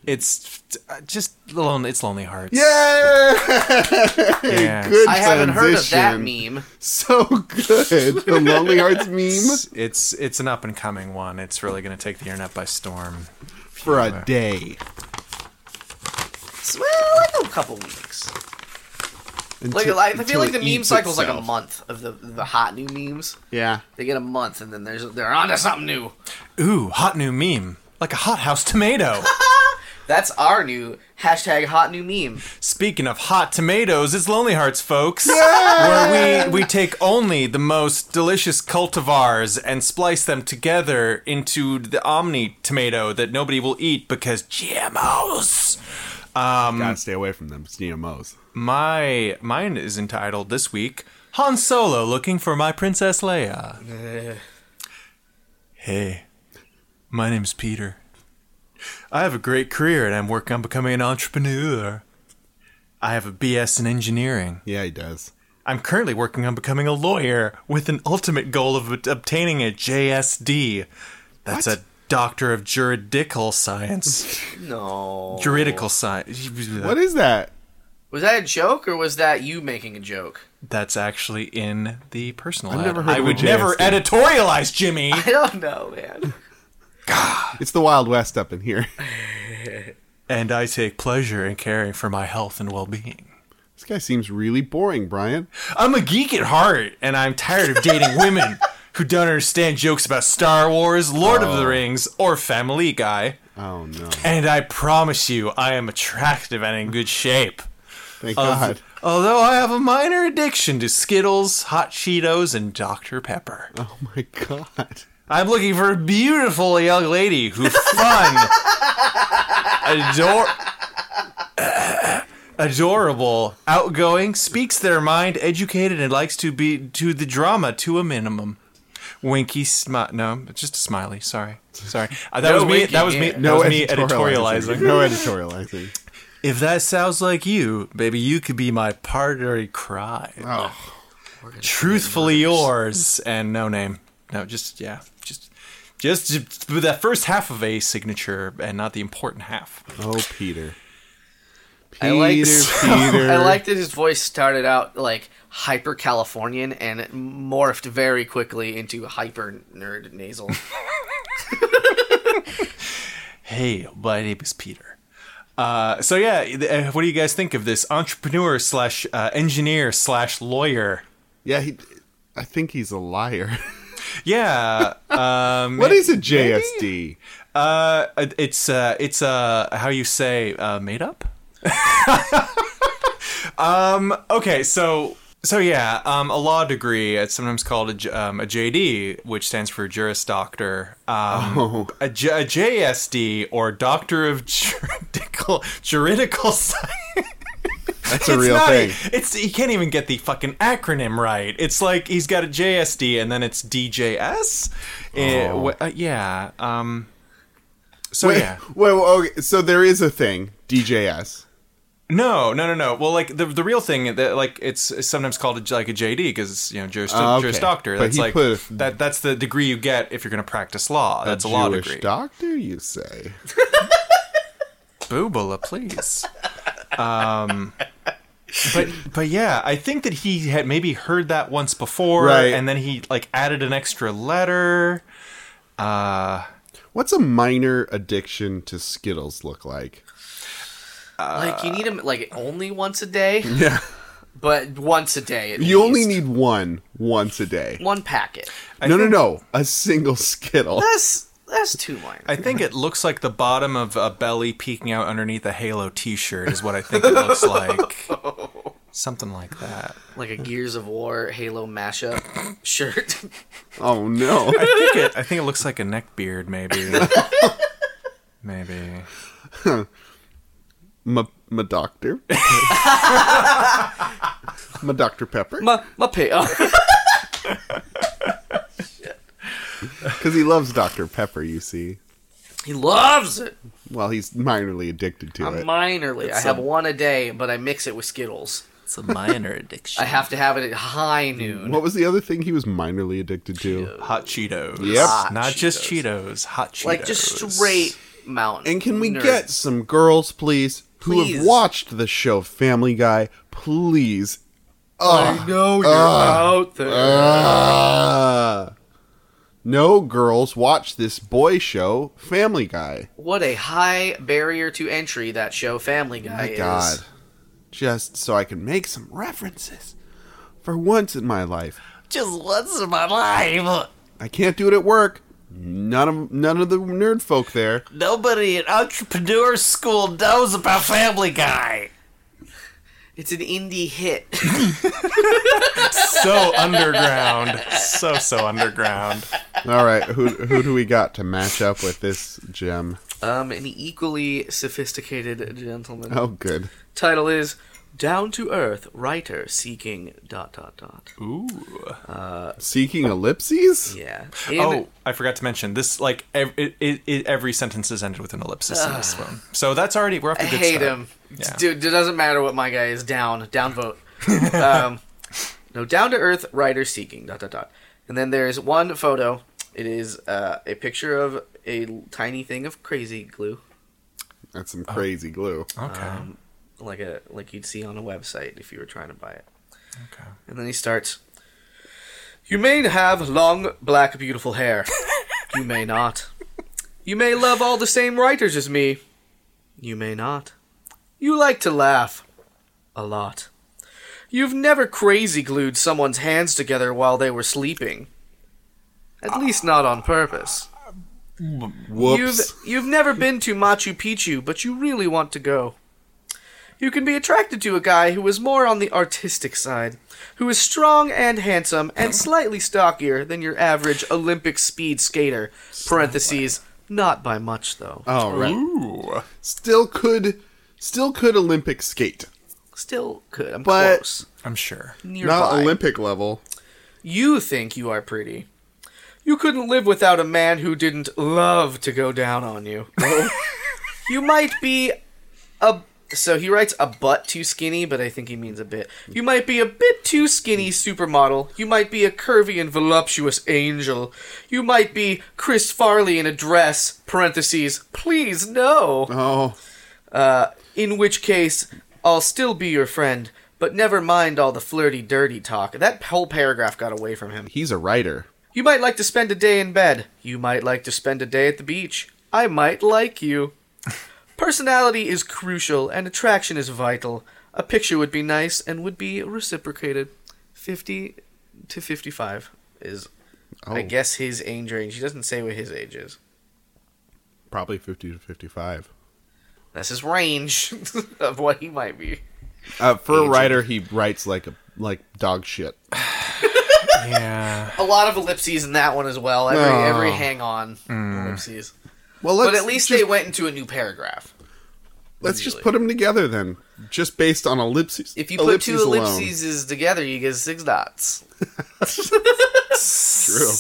Speaker 1: it's uh, just lon- it's Lonely Hearts.
Speaker 3: Yeah!
Speaker 1: Yeah.
Speaker 3: (laughs) Good
Speaker 2: I haven't heard of that
Speaker 3: transition.
Speaker 2: meme.
Speaker 3: So good. The Lonely
Speaker 2: (laughs)
Speaker 3: Hearts meme
Speaker 1: It's, it's it's an up and coming one. It's really going to take the internet by storm.
Speaker 3: for a day.
Speaker 2: It's, well, like a couple weeks. Like,
Speaker 3: Until-
Speaker 2: I feel
Speaker 3: until
Speaker 2: like
Speaker 3: it
Speaker 2: the meme
Speaker 3: eats
Speaker 2: cycle's like a
Speaker 3: itself.
Speaker 2: month of the the hot new memes.
Speaker 3: Yeah.
Speaker 2: They get a month, and then there's they're onto something new.
Speaker 1: Ooh, hot new meme, like a hothouse tomato.
Speaker 2: That's our new hashtag hot new
Speaker 3: (laughs)
Speaker 2: meme.
Speaker 1: Speaking of hot tomatoes, it's Lonely Hearts, folks, where we we take only the most delicious cultivars and splice them together into the omni tomato that nobody will eat because GMOs. Um,
Speaker 3: Gotta stay away from them CMOs.
Speaker 1: My mine is entitled this week Han Solo looking for my Princess Leia. Hey, my name's Peter. I have a great career and I'm working on becoming an entrepreneur. I have a BS in engineering.
Speaker 3: Yeah, he does.
Speaker 1: I'm currently working on becoming a lawyer with an ultimate goal of ob- obtaining a JSD. That's a Doctor of Juridical Science.
Speaker 3: (laughs)
Speaker 2: No.
Speaker 1: Juridical Science.
Speaker 3: What is that?
Speaker 2: Was that a joke, or was that you making a joke? (laughs)
Speaker 1: That's actually in the personal.
Speaker 3: I've
Speaker 1: ad.
Speaker 3: never heard
Speaker 1: I
Speaker 3: of
Speaker 1: would
Speaker 3: a
Speaker 1: never
Speaker 3: JSD.
Speaker 1: editorialize, Jimmy.
Speaker 2: I don't know, man.
Speaker 3: It's the Wild West up in here.
Speaker 1: And I take pleasure in caring for my health and well being.
Speaker 3: This guy seems really boring, Brian.
Speaker 1: I'm a geek at heart, and I'm tired of
Speaker 3: (laughs)
Speaker 1: dating women who don't understand jokes about Star Wars, Lord of the Rings, or Family Guy.
Speaker 3: Oh no!
Speaker 1: And I promise you, I am attractive and in good shape.
Speaker 3: Thank
Speaker 1: Al-
Speaker 3: God.
Speaker 1: Although I have a minor addiction to Skittles, Hot Cheetos, and Dr. Pepper.
Speaker 3: Oh my God.
Speaker 1: I'm looking for a beautiful young lady who fun, (laughs) ador- (coughs) adorable, outgoing, speaks their mind, educated, and likes to be to the drama to a minimum. Winky smile. No, it's just a smiley. Sorry, sorry. Uh, that
Speaker 2: No
Speaker 1: was me.
Speaker 2: winking,
Speaker 1: That was me.
Speaker 2: yeah.
Speaker 1: That was me editorializing.
Speaker 3: No editorializing.
Speaker 1: If that sounds like you, baby, you could be my partner cry.
Speaker 3: Oh,
Speaker 1: Truthfully yours and no name. No, just yeah, just just, just with that first half of a signature and not the important half.
Speaker 3: oh, Peter. Peter,
Speaker 2: I like (laughs)
Speaker 1: (laughs)
Speaker 3: Peter.
Speaker 2: I like that his voice started out like hyper Californian and it morphed very quickly into hyper nerd
Speaker 3: (laughs)
Speaker 2: nasal.
Speaker 1: Hey, my name is Peter. Uh, so yeah, th- uh, what do you guys think of this entrepreneur slash uh, engineer slash lawyer?
Speaker 3: Yeah, he, I think he's
Speaker 1: (laughs)
Speaker 3: a liar.
Speaker 1: Yeah, (laughs) um,
Speaker 3: what is a JSD?
Speaker 1: uh, it- it's uh, it's uh, how you say uh, made up. (laughs) Um, okay, so so yeah, um, a law degree. It's sometimes called a, J- um, a JD, which stands for Juris Doctor. Um,
Speaker 3: Oh.
Speaker 1: a, J- a JSD or Doctor of Juridical Juridical Science. e-,
Speaker 3: That's a real thing.
Speaker 1: It's he can't even get the fucking acronym right. It's like he's got a JSD and then it's DJS. Eh,
Speaker 3: Oh.
Speaker 1: wh- uh, yeah. Um, so
Speaker 3: Wait,
Speaker 1: yeah.
Speaker 3: well, okay, so there is a thing, DJS.
Speaker 1: No, no, no, no. Well, like the the real thing that like it's, it's sometimes called a j like a JD because you know juris,
Speaker 3: Ah, okay.
Speaker 1: juris doctor.
Speaker 3: But
Speaker 1: That's
Speaker 3: he
Speaker 1: like
Speaker 3: put a-
Speaker 1: that that's the degree you get if you're going to practice law. That's a, law
Speaker 3: Jewish
Speaker 1: degree.
Speaker 3: doctor, you say?
Speaker 1: Boobala, (laughs) please. um, but but yeah, I think that he had maybe heard that once before,
Speaker 3: Right.
Speaker 1: and then he like added an extra letter.
Speaker 3: What's a minor addiction to Skittles look like?
Speaker 2: like you need him like only once a
Speaker 3: (laughs)
Speaker 2: day,
Speaker 3: Yeah,
Speaker 2: but once a day. At
Speaker 3: you only
Speaker 2: least.
Speaker 3: need one once a day.
Speaker 2: one packet.
Speaker 1: I
Speaker 3: no,
Speaker 1: think-
Speaker 3: no, no, a single (laughs) Skittle.
Speaker 2: That's that's too minor.
Speaker 1: I think it looks like the bottom of a belly peeking out underneath a Halo T-shirt is what I think it looks like.
Speaker 3: (laughs)
Speaker 1: Something like that.
Speaker 2: like a Gears of War Halo mashup shirt. (laughs)
Speaker 3: Oh no!
Speaker 1: I think it. I think it looks like a neck beard, maybe. maybe.
Speaker 3: my, my doctor. my Dr. Pepper.
Speaker 2: my my pay. Oh. (laughs)
Speaker 3: Because he loves Dr. Pepper, you see.
Speaker 2: he loves it.
Speaker 3: Well, he's minorly addicted to
Speaker 2: I'm
Speaker 3: it.
Speaker 2: minorly. I have
Speaker 1: a-
Speaker 2: one a day, but I mix it with Skittles.
Speaker 1: It's a minor addiction.
Speaker 2: I have to have it at high noon.
Speaker 3: what was the other thing he was minorly addicted to?
Speaker 1: hot Cheetos.
Speaker 3: Yep.
Speaker 2: Hot
Speaker 1: Not just
Speaker 2: Cheetos.
Speaker 1: Cheetos. Hot Cheetos.
Speaker 2: like just straight mountain.
Speaker 3: And can we
Speaker 2: nerd.
Speaker 3: get some girls, please, who
Speaker 2: Please.
Speaker 3: have watched the show Family Guy, please?
Speaker 2: I know you're out there.
Speaker 3: Uh, no girls watch this boy show Family Guy.
Speaker 2: what a high barrier to entry that show Family Guy
Speaker 3: My
Speaker 2: is.
Speaker 3: God. Just so I can make some references for once in my life.
Speaker 1: Just once in my life.
Speaker 3: I can't do it at work. None of none of the nerd folk
Speaker 2: (laughs)
Speaker 3: there.
Speaker 1: Nobody in entrepreneur school knows about Family Guy.
Speaker 2: It's an indie hit. (laughs)
Speaker 1: So underground. So so underground.
Speaker 3: All right, who who do we got to match up with this gem?
Speaker 2: um, an equally sophisticated gentleman.
Speaker 3: Oh, good.
Speaker 2: Title is Down to Earth Writer Seeking dot dot dot.
Speaker 1: Ooh.
Speaker 3: Seeking ellipses.
Speaker 2: Yeah.
Speaker 1: Oh, I forgot to mention this. Like ev- it, it, it, every sentence is ended with an ellipsis in this one. So that's already we're off to
Speaker 2: I
Speaker 1: a good
Speaker 2: hate
Speaker 1: start.
Speaker 2: him.
Speaker 1: Yeah.
Speaker 2: Dude, it doesn't matter what my guy is. Down,
Speaker 1: (laughs)
Speaker 2: downvote. um, no, down to earth writer seeking. Dot dot dot. And then there's one photo. It is uh, a picture of a l- tiny thing of crazy glue,
Speaker 3: That's some crazy
Speaker 2: Uh,
Speaker 3: glue.
Speaker 1: Okay.
Speaker 2: like a like you'd see on a website if you were trying to buy it.
Speaker 1: okay.
Speaker 2: And then he starts. You may have long, black, beautiful hair. You may not. You may love all the same writers as me. You may not. You like to laugh. A lot. You've never crazy glued someone's hands together while they were sleeping. At least not on purpose.
Speaker 3: Whoops.
Speaker 2: You've you've never been to Machu Picchu, but you really want to go. You can be attracted to a guy who is more on the artistic side, who is strong and handsome and slightly stockier than your average Olympic speed skater. Parentheses, not by much though.
Speaker 3: All Oh, right.
Speaker 1: Ooh.
Speaker 3: Still could, still could Olympic skate.
Speaker 2: Still could. I'm
Speaker 3: But-
Speaker 2: close.
Speaker 1: I'm sure.
Speaker 2: Nearby.
Speaker 3: Not Olympic level.
Speaker 2: You think you are pretty. You couldn't live without a man who didn't love to go down on you. you might be a. So he writes a butt too skinny, but I think he means a bit. You might be a bit too skinny, supermodel. You might be a curvy and voluptuous angel. You might be Chris Farley in a dress, parentheses, please no. Uh,
Speaker 3: Oh,
Speaker 2: In which case, I'll still be your friend, but never mind all the flirty, dirty talk. That whole paragraph got away from him.
Speaker 3: he's a writer.
Speaker 2: You might like to spend a day in bed. You might like to spend a day at the beach. I might like you.
Speaker 3: (laughs)
Speaker 2: Personality is crucial and attraction is vital. A picture would be nice and would be reciprocated. 50 to 55 is, I
Speaker 3: Oh.
Speaker 2: guess, his age range. He doesn't say what his age is.
Speaker 3: Probably fifty to fifty-five.
Speaker 2: That's his range (laughs) of what he might be.
Speaker 3: Uh, for a writer, he writes like a like dog shit.
Speaker 1: Yeah.
Speaker 2: A lot of ellipses in that one as well. Every,
Speaker 3: Oh.
Speaker 2: every hang on ellipses.
Speaker 3: Well, Mm. let's
Speaker 2: But at least
Speaker 3: just,
Speaker 2: they went into a new paragraph.
Speaker 3: let's just
Speaker 2: usually.
Speaker 3: put them together then, just based on ellipses.
Speaker 2: If you put two
Speaker 3: alone.
Speaker 2: ellipses together, you get six dots.
Speaker 3: True.
Speaker 2: (laughs)
Speaker 3: (laughs)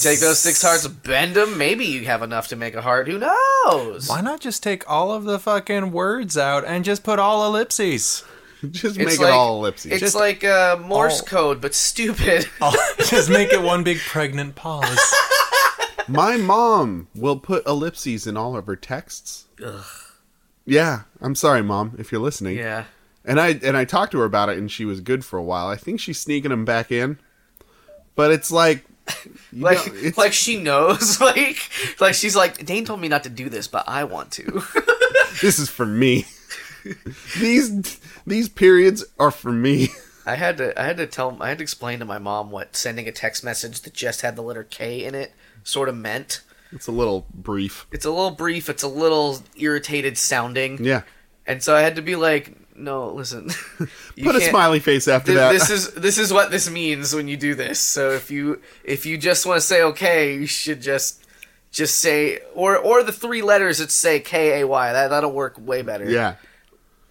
Speaker 2: Take those six hearts, bend them. Maybe you have enough to make a heart. Who knows?
Speaker 1: Why not just take all of the fucking words out and just put all ellipses? (laughs)
Speaker 3: just
Speaker 2: It's
Speaker 3: make
Speaker 2: like-
Speaker 3: it all ellipses.
Speaker 2: It's
Speaker 1: Just
Speaker 2: like uh, Morse
Speaker 1: all-
Speaker 2: code, but stupid.
Speaker 3: Oh.
Speaker 1: All- just make it one big pregnant pause.
Speaker 3: (laughs) My mom will put ellipses in all of her texts. Yeah, I'm sorry, mom, if you're
Speaker 2: (laughs)
Speaker 3: listening.
Speaker 2: yeah.
Speaker 3: And I and I talked to her about it, and she was good for a while. I think she's sneaking them back in, but
Speaker 2: (laughs)
Speaker 3: it's like, you
Speaker 2: Like,
Speaker 3: know, it's-
Speaker 2: like she knows. (laughs) like, like she's like, Dane told me not to do this, but I want to. (laughs)
Speaker 3: this is for me. (laughs) these these periods are for me. (laughs)
Speaker 2: I had to, I had to tell, I had to explain to my mom what sending a text message that just had the letter K in it sort of meant.
Speaker 3: It's a little brief.
Speaker 2: It's a little brief. It's a little irritated sounding.
Speaker 3: Yeah,
Speaker 2: And so I had to be like, no, listen. (laughs) you
Speaker 3: put a
Speaker 2: can't-
Speaker 3: smiley face after
Speaker 2: Th-
Speaker 3: that. (laughs)
Speaker 2: this is this is what this means when you do this. So if you if you just want to say okay, you should just just say or or the three letters that say K A Y. That that'll work way better.
Speaker 3: yeah.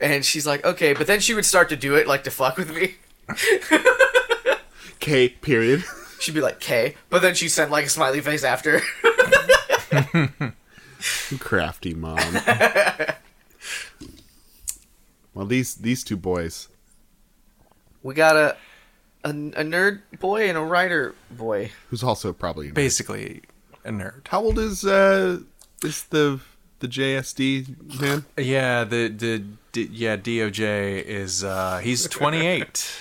Speaker 2: And she's like, okay, but then she would start to do it like to fuck with me. (laughs)
Speaker 3: K period. (laughs)
Speaker 2: She'd be like K, but then she sent like a smiley face after. (laughs)
Speaker 3: Crafty mom. (laughs) well, these these two boys.
Speaker 2: we got a, a a nerd boy and a writer boy.
Speaker 3: who's also probably
Speaker 1: Basically, a nerd.
Speaker 3: how old is uh is the the JSD man?
Speaker 1: Yeah, the the d- yeah DOJ is uh he's 28.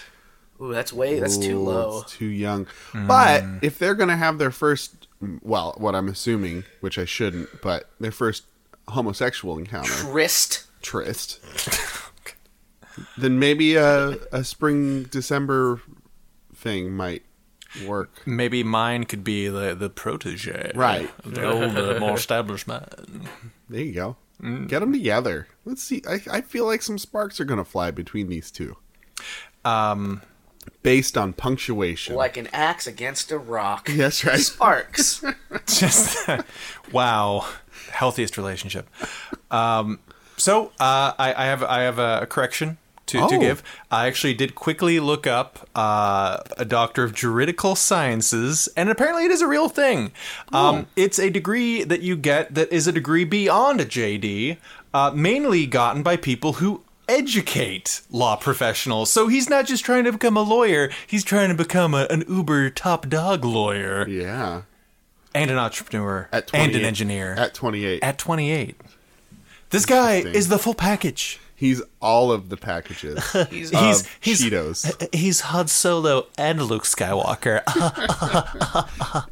Speaker 2: Ooh, that's way that's too
Speaker 3: Ooh,
Speaker 2: low.
Speaker 3: it's too young. But if they're gonna have their first, well, what I'm assuming, which I shouldn't, but their first homosexual encounter,
Speaker 2: Wrist.
Speaker 3: tryst, then maybe a a spring December thing might work.
Speaker 1: Maybe mine could be the the protege.
Speaker 3: Right.
Speaker 1: of The older, more established man.
Speaker 3: There you go.
Speaker 1: Mm.
Speaker 3: Get them together. Let's see. I, I feel like some sparks are gonna fly between these two,
Speaker 1: Um,
Speaker 3: based on punctuation.
Speaker 2: Like an axe against a rock.
Speaker 3: That's right. (laughs)
Speaker 2: Sparks.
Speaker 1: (laughs) just wow, healthiest relationship. Um, so uh, I, I have I have a, correction to, to
Speaker 3: Oh.
Speaker 1: give. I actually did quickly look up uh, a doctor of juridical sciences, and apparently it is a real thing. Um, it's a degree that you get that is a degree beyond a JD, uh, mainly gotten by people who. Educate law professionals. So he's not just trying to become a lawyer, he's trying to become a, an uber top dog lawyer
Speaker 3: Yeah.
Speaker 1: and an entrepreneur
Speaker 3: At
Speaker 1: and an
Speaker 3: 28.
Speaker 1: engineer at,
Speaker 3: At 28.
Speaker 1: 28 this guy
Speaker 3: Interesting.
Speaker 1: is the full package
Speaker 3: He's all of the packages.
Speaker 1: (laughs)
Speaker 2: He's,
Speaker 3: He's,
Speaker 1: He's- he's- (laughs)
Speaker 3: Cheetos
Speaker 1: He's Han Solo and Luke Skywalker.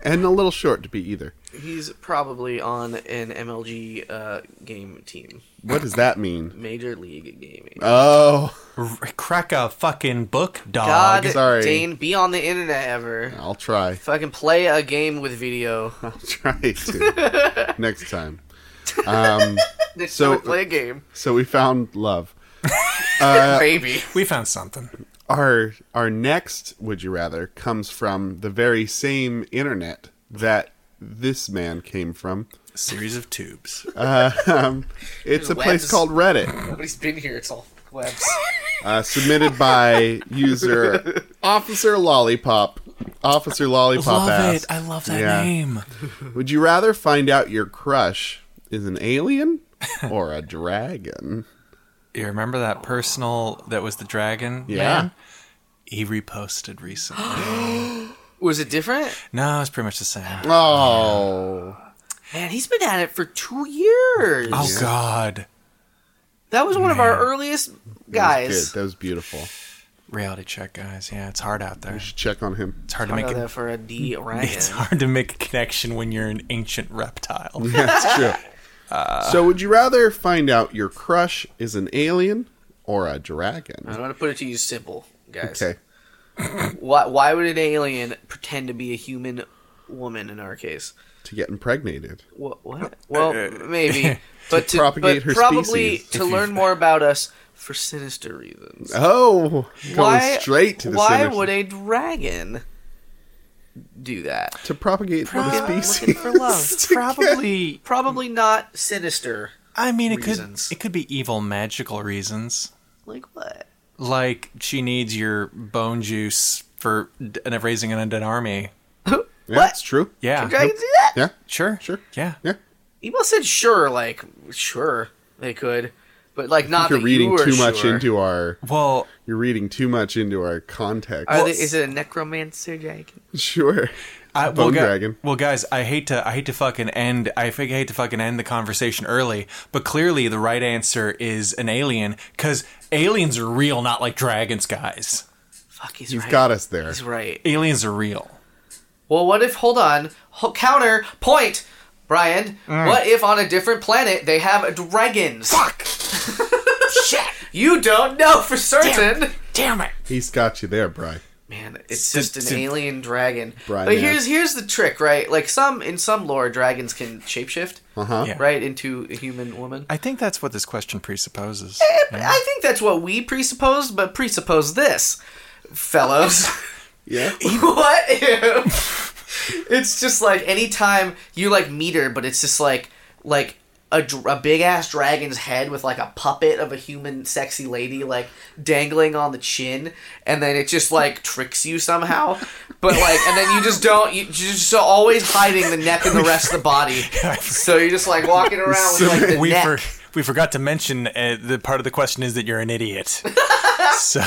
Speaker 3: and a little short to be either.
Speaker 2: he's probably on an MLG uh, game team,
Speaker 3: What does that mean?
Speaker 2: Major League Gaming.
Speaker 3: Oh,
Speaker 1: R- (laughs) crack a fucking book, dog.
Speaker 2: God,
Speaker 3: sorry.
Speaker 2: Dane, be on the internet ever.
Speaker 3: I'll try.
Speaker 2: Fucking play a game with
Speaker 3: (laughs)
Speaker 2: video.
Speaker 3: I'll try to next time. Um,
Speaker 2: Next
Speaker 3: So-
Speaker 2: time I play a game,
Speaker 3: so we found love. uh,
Speaker 2: maybe. (laughs)
Speaker 1: We found something.
Speaker 3: Our our next would you rather comes from the very same internet that this man came from. (laughs)
Speaker 1: series of tubes.
Speaker 3: Um, it's
Speaker 2: There's
Speaker 3: a place
Speaker 2: webs.
Speaker 3: called Reddit,
Speaker 2: Nobody's been here. It's all
Speaker 3: (laughs)
Speaker 2: webs.
Speaker 3: uh, submitted by user Officer Lollipop. Officer Lollipop
Speaker 1: love it.
Speaker 3: asked,
Speaker 1: I love that
Speaker 3: Yeah.
Speaker 1: name.
Speaker 3: "Would you rather find out your crush is an alien or
Speaker 1: (laughs)
Speaker 3: a dragon?"
Speaker 1: You remember that personal that was the dragon?
Speaker 3: Yeah.
Speaker 1: man? He reposted recently. (gasps)
Speaker 2: Was it different?
Speaker 1: no, it's pretty much the same.
Speaker 3: Oh,
Speaker 2: Man, he's been at it for two years.
Speaker 1: Oh God!
Speaker 2: that was one of our earliest
Speaker 3: that was
Speaker 2: guys.
Speaker 3: good. that was beautiful.
Speaker 1: Reality check, guys. Yeah, it's hard out there.
Speaker 3: should check on him.
Speaker 1: It's hard to
Speaker 2: I
Speaker 1: make
Speaker 2: got
Speaker 1: a,
Speaker 2: that for a
Speaker 3: (laughs)
Speaker 1: (laughs)
Speaker 2: D
Speaker 1: it's
Speaker 2: Orion.
Speaker 1: hard to make a connection when you're an ancient reptile.
Speaker 3: That's true.
Speaker 2: (laughs) Uh,
Speaker 3: so, would you rather find out your crush is an alien or a
Speaker 2: I'm
Speaker 3: dragon?
Speaker 2: gonna put it to you simple, guys.
Speaker 3: Okay.
Speaker 2: Why, why would an alien pretend to be a human woman in our case?
Speaker 3: To get impregnated.
Speaker 2: What?
Speaker 3: (laughs)
Speaker 2: what? Well, maybe, but to,
Speaker 3: Uh, propagate
Speaker 2: but
Speaker 3: her
Speaker 2: probably
Speaker 3: species.
Speaker 2: to
Speaker 3: (laughs)
Speaker 2: learn more about us for sinister reasons.
Speaker 3: Oh, going
Speaker 2: why,
Speaker 3: straight to the
Speaker 2: Why
Speaker 3: sinister-
Speaker 2: would a dragon do that?
Speaker 3: to propagate
Speaker 1: Prob-
Speaker 3: the
Speaker 2: Looking
Speaker 3: species?
Speaker 2: for love.
Speaker 1: Probably.
Speaker 2: Probably not sinister.
Speaker 1: I mean, it
Speaker 2: Reasons.
Speaker 1: could it could be evil, magical reasons.
Speaker 2: Like what? (laughs)
Speaker 1: Like she needs your bone juice for d- uh, raising an undead army.
Speaker 3: Yeah, That's true.
Speaker 1: Yeah.
Speaker 2: Can dragons do that?
Speaker 3: Yeah,
Speaker 1: Sure.
Speaker 3: Sure.
Speaker 1: Yeah.
Speaker 3: yeah.
Speaker 2: You must said sure, like sure they could, but like not
Speaker 3: You're
Speaker 2: that
Speaker 3: reading
Speaker 2: you were
Speaker 3: too much
Speaker 2: sure.
Speaker 3: into our.
Speaker 1: Well,
Speaker 3: You're reading too much into our context.
Speaker 2: Are they, is it a necromancer dragon?
Speaker 3: (laughs) sure.
Speaker 1: I, well,
Speaker 3: Bone
Speaker 1: gu-
Speaker 3: dragon.
Speaker 1: well, guys, I hate to, I hate to fucking end. I think I hate to fucking end the conversation early, but clearly the right answer is an alien because aliens are real, not like dragons, guys.
Speaker 2: Fuck, he's
Speaker 3: You've
Speaker 2: right.
Speaker 3: got us there.
Speaker 2: He's right.
Speaker 1: Aliens are real.
Speaker 2: Well, what if? Hold on. Ho- counter point, Brian. What if on a different planet they have dragons?
Speaker 1: Fuck. Shit.
Speaker 2: You don't know for certain.
Speaker 1: Damn it.
Speaker 3: He's got you there, Bry.
Speaker 2: Man, it's
Speaker 1: D-
Speaker 2: just an
Speaker 1: d-
Speaker 2: alien dragon.
Speaker 3: Brian,
Speaker 2: but
Speaker 3: yeah.
Speaker 2: here's here's the trick, right? Like some in some lore, dragons can shapeshift,
Speaker 3: Uh huh.
Speaker 1: Yeah.
Speaker 2: right, into a human woman.
Speaker 1: I think that's what this question presupposes.
Speaker 2: I think that's what we presupposed, but presuppose this, fellows.
Speaker 3: Yeah.
Speaker 2: (laughs) what if it's just like anytime you like meet her, but it's just like like a, big ass dragon's head with like a puppet of a human sexy lady like dangling on the chin, and then it just like tricks you somehow. But like, and then you just don't. You, you're just always hiding the neck and the rest of the body. So you're just like walking around with like the
Speaker 1: we
Speaker 2: neck.
Speaker 1: for, we forgot to mention uh, the part of the question is that you're an idiot. so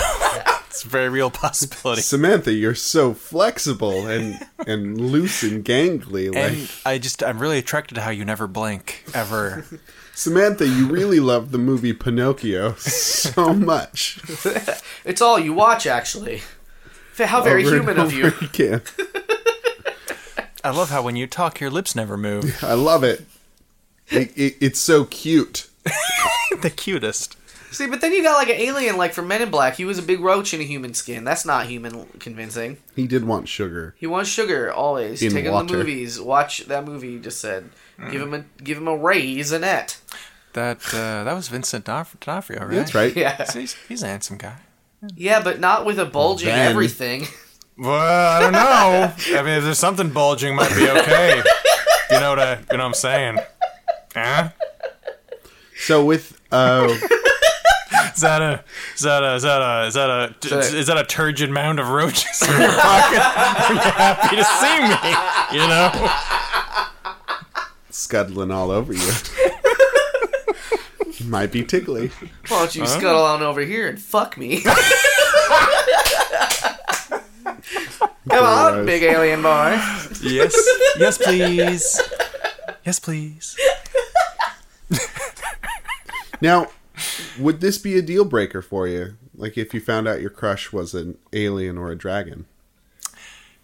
Speaker 1: it's a very real possibility. (laughs)
Speaker 3: (laughs) Samantha, you're so flexible and and loose and gangly. Like
Speaker 1: And I just, I'm really attracted to how you never blink ever.
Speaker 3: Samantha, you really love the movie Pinocchio so much.
Speaker 2: It's all you watch, actually. F- How very
Speaker 3: Over and
Speaker 2: human of
Speaker 3: over
Speaker 2: you.
Speaker 3: again.
Speaker 1: I love how when you talk, your lips never move. (laughs)
Speaker 3: I love it. It, it. It's so cute.
Speaker 1: the cutest.
Speaker 2: See, but then you got like an alien, like from Men in Black. He was a big roach in a human skin. That's not human convincing.
Speaker 3: He did want sugar.
Speaker 2: He wants sugar always.
Speaker 3: In
Speaker 2: Take him to
Speaker 3: water.
Speaker 2: the movies. Watch that movie you just said.
Speaker 1: Mm.
Speaker 2: Give him a give him a raisinette.
Speaker 1: That uh, that was Vincent D'Onof- D'Onofrio, right?
Speaker 3: That's right.
Speaker 2: Yeah,
Speaker 1: He's, he's a handsome guy.
Speaker 2: yeah, but not with a bulging
Speaker 3: Then-
Speaker 2: everything. (laughs)
Speaker 1: Well, I don't know. I mean, if there's something bulging, might be okay. You know what I, you know what I'm saying? Huh?
Speaker 3: So with uh,
Speaker 1: Is that a is that a is that a is that a
Speaker 2: Check.
Speaker 1: is that a turgid mound of roaches in your pocket? Are you happy to see me? You know.
Speaker 3: scuttling all over you, (laughs) might be tickly.
Speaker 2: Why don't you scuttle on over here and fuck me? (laughs) Come on,
Speaker 3: Gross.
Speaker 2: big alien boy.
Speaker 1: Yes. Yes, please. Yes, please.
Speaker 3: Now, Would this be a deal breaker for you? Like if you found out your crush was an alien or a dragon?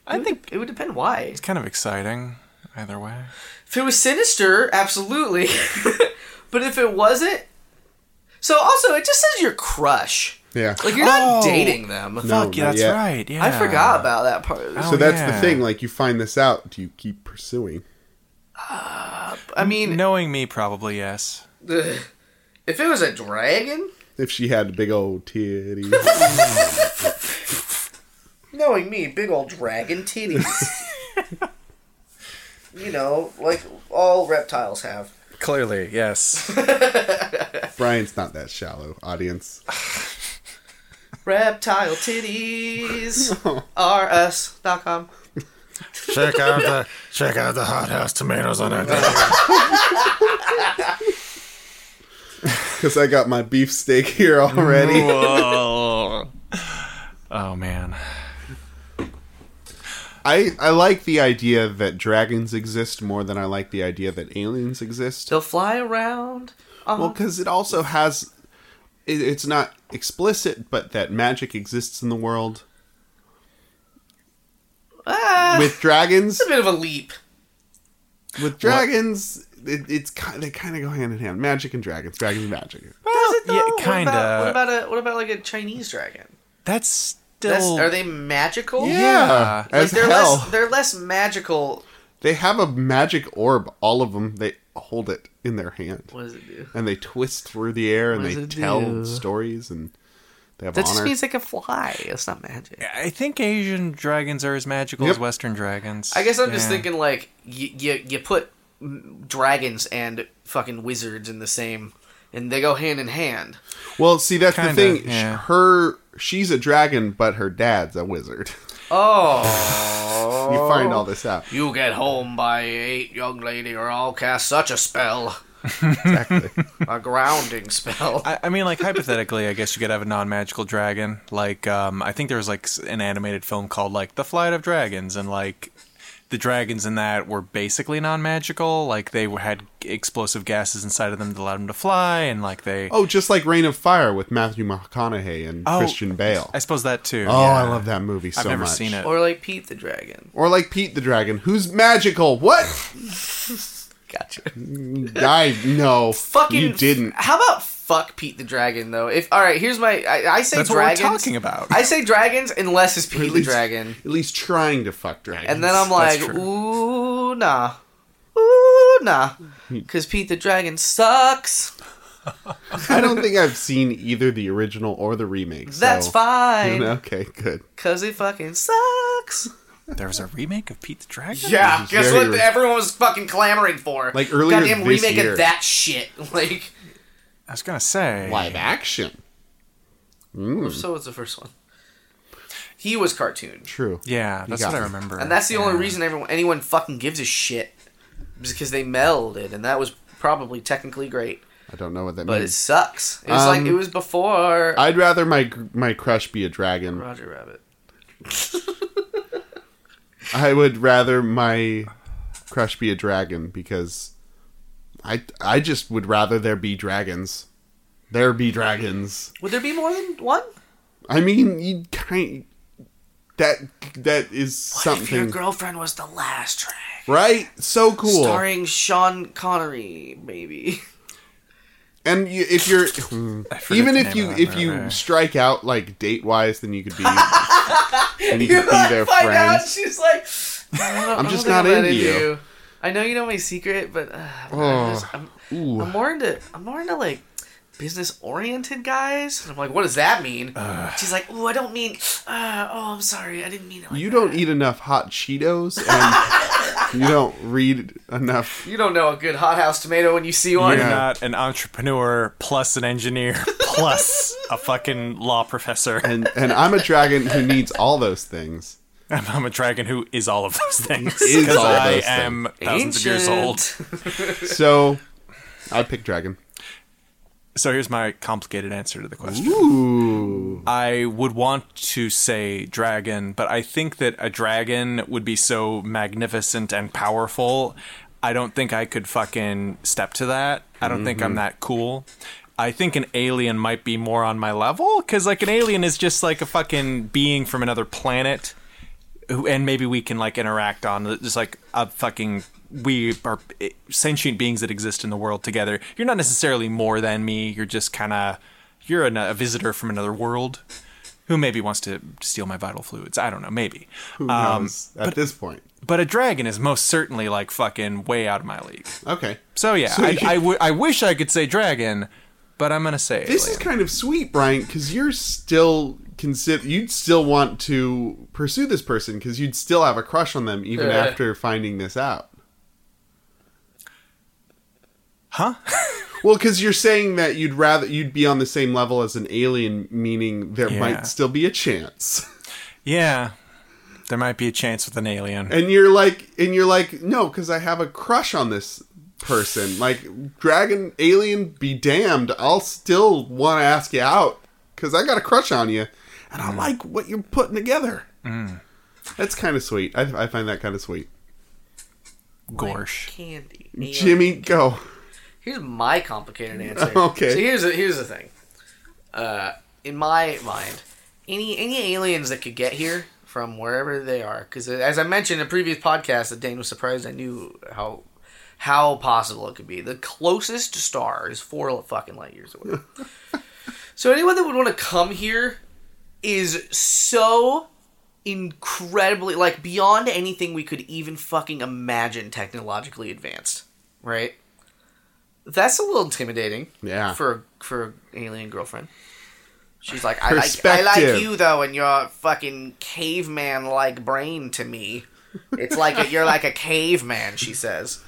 Speaker 1: I think
Speaker 2: It would depend why.
Speaker 1: it's kind of exciting either way.
Speaker 2: If it was sinister, absolutely. (laughs) but if it wasn't, so also it just says your crush.
Speaker 3: Yeah.
Speaker 2: Like you're not
Speaker 1: Oh.
Speaker 2: dating them.
Speaker 3: No,
Speaker 1: Fuck yeah,
Speaker 3: not
Speaker 1: that's
Speaker 3: yet.
Speaker 1: right. Yeah,
Speaker 2: I forgot about that part.
Speaker 1: Oh.
Speaker 3: so that's
Speaker 1: yeah.
Speaker 3: the thing. Like you find this out, do you keep pursuing?
Speaker 2: I mean,
Speaker 1: Knowing me, probably yes.
Speaker 2: (laughs) ugh. if it was a dragon,
Speaker 3: If she had big old titties,
Speaker 2: knowing me, big old dragon
Speaker 3: (laughs)
Speaker 2: titties. you know, like all reptiles have.
Speaker 1: Clearly, yes.
Speaker 3: Brian's not that shallow. Audience,
Speaker 2: Reptile titties.
Speaker 3: (laughs)
Speaker 2: RS.com.
Speaker 1: check out the check out the hot house tomatoes on it. (laughs)
Speaker 3: because I got my beefsteak here already.
Speaker 1: Whoa. Oh man.
Speaker 3: I I like the idea that dragons exist more than I like the idea that aliens exist.
Speaker 2: They'll fly around. Uh, on-
Speaker 3: Well, because it also has, it, it's not explicit, but that magic exists in the world.
Speaker 2: Ah,
Speaker 3: With dragons,
Speaker 2: (laughs) it's a bit of a leap.
Speaker 3: with dragons, it, it's kind. They kind of go hand in hand. Magic and dragons. Dragons and magic.
Speaker 2: Does it though?
Speaker 1: yeah,
Speaker 2: What
Speaker 1: kinda.
Speaker 2: about- What about, a what about like a Chinese dragon?
Speaker 1: That's
Speaker 2: That's,
Speaker 1: still.
Speaker 2: are they magical?
Speaker 1: Yeah.
Speaker 2: Oh, Like
Speaker 3: as
Speaker 2: they're
Speaker 3: hell.
Speaker 2: less they're less magical.
Speaker 3: They have a magic orb. All of them. They hold it in their hand,
Speaker 2: What does it do?
Speaker 3: and they twist through the air, and
Speaker 2: What does
Speaker 3: they
Speaker 2: it
Speaker 3: tell
Speaker 2: do?
Speaker 3: stories, and they have
Speaker 2: That
Speaker 3: honor.
Speaker 2: just means they can fly. It's not magic.
Speaker 1: I think Asian dragons are as magical
Speaker 3: Yep.
Speaker 1: as Western dragons.
Speaker 2: I guess I'm just
Speaker 1: Yeah.
Speaker 2: thinking like you you, you put mm, dragons and fucking wizards in the same, and they go hand in hand.
Speaker 3: well, see, that's
Speaker 1: Kinda,
Speaker 3: the thing. Sh-
Speaker 1: yeah.
Speaker 3: Her, she's a dragon, but her dad's a wizard. (laughs)
Speaker 2: Oh.
Speaker 3: you find all this out.
Speaker 2: You get home by eight, young lady, or I'll cast such a spell.
Speaker 1: Oh.
Speaker 3: Exactly.
Speaker 1: (laughs)
Speaker 2: A grounding spell.
Speaker 1: I, I mean, like hypothetically, I guess you could have a non-magical dragon. Like, um, I think there was like s- an animated film called like The Flight of Dragons, and like the dragons in that were basically non-magical. Like they were- had explosive gases inside of them that allowed them to fly, and like they.
Speaker 3: Oh, just like Rain of Fire with Matthew McConaughey and
Speaker 1: Oh,
Speaker 3: Christian Bale.
Speaker 1: I suppose that too.
Speaker 3: oh,
Speaker 1: yeah.
Speaker 3: I love that movie so
Speaker 1: I've never
Speaker 3: much.
Speaker 1: seen it.
Speaker 2: Or like Pete the Dragon.
Speaker 3: Or like Pete the Dragon, who's magical. What?
Speaker 2: Gotcha.
Speaker 3: I no.
Speaker 2: (laughs) Fucking.
Speaker 3: you didn't.
Speaker 2: How about fuck Pete the Dragon though? If all right, here's my. I, I say
Speaker 1: That's
Speaker 2: dragons.
Speaker 1: what we're talking about.
Speaker 2: I say dragons unless it's Pete
Speaker 3: At
Speaker 2: the
Speaker 3: least-
Speaker 2: Dragon,
Speaker 3: At least trying to fuck dragons.
Speaker 2: and then I'm
Speaker 1: That's
Speaker 2: like,
Speaker 1: true.
Speaker 2: ooh nah, ooh nah,
Speaker 3: Hmm.
Speaker 2: because Pete the Dragon sucks.
Speaker 3: I don't think I've seen either the original or the remake. so-
Speaker 2: That's fine.
Speaker 3: Okay, good.
Speaker 2: Cause it fucking sucks.
Speaker 1: There was a remake of Pete the Dragon.
Speaker 2: Yeah,
Speaker 3: This is
Speaker 2: guess
Speaker 3: very
Speaker 2: what?
Speaker 3: re-
Speaker 2: Everyone was fucking clamoring for.
Speaker 3: Like, earlier
Speaker 2: goddamn
Speaker 3: this
Speaker 2: remake
Speaker 3: year.
Speaker 2: of that shit. (laughs) Like,
Speaker 1: I was gonna say.
Speaker 3: Live action.
Speaker 2: so was the first one. He was cartoon,
Speaker 3: True.
Speaker 1: Yeah, that's
Speaker 3: got
Speaker 1: what I
Speaker 3: me.
Speaker 1: remember.
Speaker 2: and that's the only
Speaker 1: Yeah.
Speaker 2: reason everyone anyone fucking gives a shit, is because they melded, and that was probably technically great,
Speaker 3: I don't know what that
Speaker 2: but it
Speaker 3: means.
Speaker 2: sucks. It was like
Speaker 3: Um,
Speaker 2: it was before
Speaker 3: I'd rather my gr- my crush be a dragon.
Speaker 2: Roger Rabbit.
Speaker 3: I would rather my crush be a dragon because I I just would rather there be dragons. There be dragons.
Speaker 2: Would there be more than one?
Speaker 3: I mean, you kind that that is
Speaker 2: What if your
Speaker 3: something,
Speaker 2: girlfriend was the last track,
Speaker 3: right? So cool.
Speaker 2: starring Sean Connery, maybe?
Speaker 3: and you, if you're
Speaker 1: forget
Speaker 3: even
Speaker 1: the
Speaker 3: if
Speaker 1: name
Speaker 3: you
Speaker 1: of that
Speaker 3: if you
Speaker 1: movie.
Speaker 3: strike out like date wise, then
Speaker 1: (laughs)
Speaker 3: you could be
Speaker 2: (laughs)
Speaker 3: and you could be
Speaker 2: like,
Speaker 3: their
Speaker 2: find out.
Speaker 3: friends.
Speaker 2: She's like, I don't, I'm
Speaker 3: just not into you.
Speaker 2: I know you know my secret, but uh, I'm-
Speaker 3: Oh,
Speaker 2: I'm, just, I'm,
Speaker 3: ooh.
Speaker 2: I'm more into I'm more into like business oriented guys. And I'm like, what does that mean?
Speaker 3: Uh.
Speaker 2: She's like, oh, I don't mean. Uh, oh, I'm sorry, I didn't mean it. Like
Speaker 3: You
Speaker 2: that."
Speaker 3: don't eat enough hot Cheetos, and you don't read enough.
Speaker 2: You don't know a good hothouse tomato when you see one.
Speaker 1: You're
Speaker 3: Yeah.
Speaker 1: not an entrepreneur plus an engineer (laughs) plus a fucking law professor. (laughs)
Speaker 3: And and I'm a dragon who needs all those things.
Speaker 1: I'm, I'm a dragon who is all of those things.
Speaker 3: Is
Speaker 1: Because
Speaker 3: all
Speaker 1: I
Speaker 3: those
Speaker 1: am thousands of years old.
Speaker 2: Ancient.
Speaker 3: So I pick dragon.
Speaker 1: So here's my complicated answer to the question.
Speaker 3: Ooh.
Speaker 1: I would want to say dragon, but I think that a dragon would be so magnificent and powerful. I don't think I could fucking step to that. I don't think I'm that cool. I think an alien might be more on my level because like an alien is just like a fucking being from another planet, who, and maybe we can like interact on the- just like a fucking we are eh, sentient beings that exist in the world together. You're not necessarily more than me. You're just kind of you're an, a visitor from another world who maybe wants to steal my vital fluids. I don't know. Maybe.
Speaker 3: Who
Speaker 1: Um,
Speaker 3: knows at this point?
Speaker 1: but a dragon is most certainly like fucking way out of my league.
Speaker 3: Okay.
Speaker 1: So yeah, I I
Speaker 3: you-
Speaker 1: w- I wish I could say dragon, but I'm gonna say
Speaker 3: This is
Speaker 1: alien.
Speaker 3: kind of sweet, Brian, because you're still consider you'd still want to pursue this person because you'd still have a crush on them even
Speaker 2: Yeah.
Speaker 3: after finding this out.
Speaker 1: huh?
Speaker 3: (laughs) Well, because you're saying that you'd rather you'd be on the same level as an alien, meaning there
Speaker 1: Yeah.
Speaker 3: might still be a chance.
Speaker 1: yeah, there might be a chance with an alien.
Speaker 3: And you're like, and you're like, no, because I have a crush on this person. Like, dragon, alien, be damned. I'll still want to ask you out because I got a crush on you, and I like what you're putting together. That's kind of sweet. I, I find that kind of sweet.
Speaker 1: Gorsh.
Speaker 2: Candy. Alien.
Speaker 3: Jimmy, go.
Speaker 2: Here's my complicated answer.
Speaker 3: Okay.
Speaker 2: So here's the, here's the thing. Uh, in my mind, any any aliens that could get here from wherever they are, because as I mentioned in a previous podcast, that Dane was surprised I knew how how possible it could be. The closest star is four fucking light years away. so anyone that would want to come here is so incredibly like beyond anything we could even fucking imagine technologically advanced, right? That's a little intimidating.
Speaker 3: Yeah.
Speaker 2: For for an alien girlfriend. She's like, I like, I
Speaker 3: Perspective.
Speaker 2: like you though, and your fucking caveman like brain to me. It's like a, you're like a caveman, she says.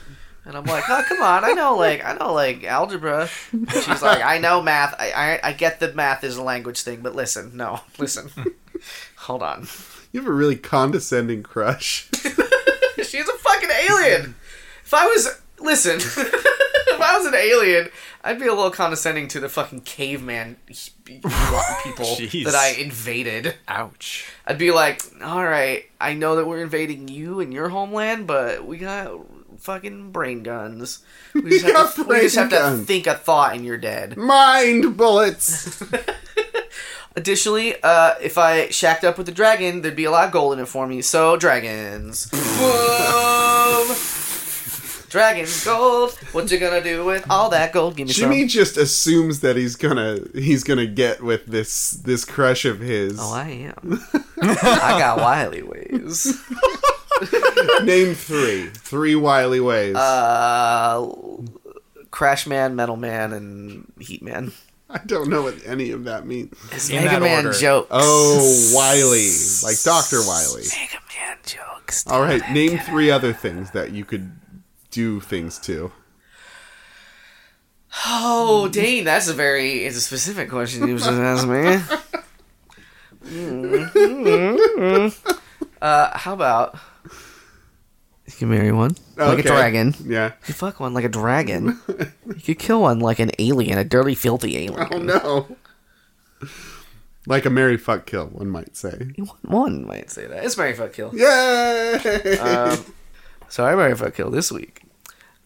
Speaker 2: And I'm like, oh come on, I know like I know like algebra. And she's like, I know math. I, I I get that math is a language thing, but listen, no, listen, hold on. (laughs)
Speaker 3: You have a really condescending crush.
Speaker 2: She's a fucking alien. If I was listen, (laughs) if I was an alien, I'd be a little condescending to the fucking caveman (laughs) people
Speaker 1: Jeez.
Speaker 2: that I invaded.
Speaker 1: Ouch.
Speaker 2: I'd be like, all right, I know that we're invading you and your homeland, but we got fucking brain guns.
Speaker 3: (laughs)
Speaker 2: We just,
Speaker 3: We
Speaker 2: have,
Speaker 3: got
Speaker 2: to, we just have
Speaker 3: brain
Speaker 2: to
Speaker 3: guns."
Speaker 2: think a thought and you're dead. (laughs)
Speaker 3: Mind bullets.
Speaker 2: Additionally, uh, if I shacked up with the dragon, there'd be a lot of gold in it for me. So
Speaker 3: (laughs)
Speaker 2: dragons, boom, dragon gold. What you gonna do with all that gold? Give me
Speaker 3: Jimmy
Speaker 2: some.
Speaker 3: just assumes that he's gonna he's gonna get with this this crush of his.
Speaker 2: Oh, I am.
Speaker 3: (laughs)
Speaker 2: I got wily ways.
Speaker 3: Name three. Three wily ways.
Speaker 2: Uh, Crash Man, Metal Man, and Heat Man.
Speaker 3: (laughs) I don't know what any of that means.
Speaker 2: It's
Speaker 1: In
Speaker 2: Mega
Speaker 1: that
Speaker 2: Man
Speaker 1: order.
Speaker 2: jokes.
Speaker 3: Oh, Wiley, like Doctor Wiley.
Speaker 2: Mega Man jokes.
Speaker 3: All right, name three other things that you could do things to.
Speaker 2: Oh, Dane, that's a very it's a specific question you just asked me.
Speaker 3: (laughs)
Speaker 2: Mm-hmm. Uh, how about you can marry one like a
Speaker 3: Okay.
Speaker 2: dragon?
Speaker 3: Yeah. (laughs)
Speaker 2: You fuck one like a dragon. you could kill one like an alien, a dirty, filthy alien.
Speaker 3: Oh no. Like a Mary fuck kill, one might say.
Speaker 2: You want one might say that. It's marry, fuck, kill.
Speaker 3: Yay!
Speaker 2: Sorry, marry, fuck, kill this week.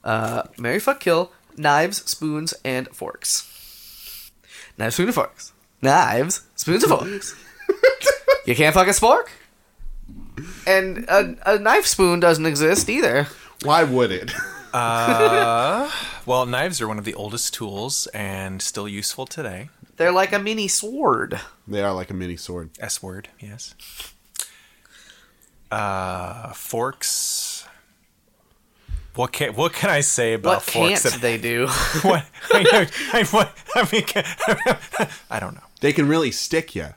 Speaker 2: Uh, marry, fuck, kill knives, spoons, and forks. Knives, spoons, and forks. Knives, spoons, and forks.
Speaker 1: (laughs)
Speaker 2: You can't fuck a spork. And a, a knife spoon doesn't exist either.
Speaker 3: (laughs) Why would it? (laughs)
Speaker 1: Well, knives are one of the oldest tools and still useful today.
Speaker 2: They're like a mini sword.
Speaker 3: They are like a mini sword.
Speaker 1: S word, yes. Uh, forks. What can what can I say about
Speaker 2: What can't
Speaker 1: forks? (laughs)
Speaker 2: they do? (laughs)
Speaker 1: what, I, know, I, what, I mean, can- (laughs) I don't know.
Speaker 3: They can really stick you.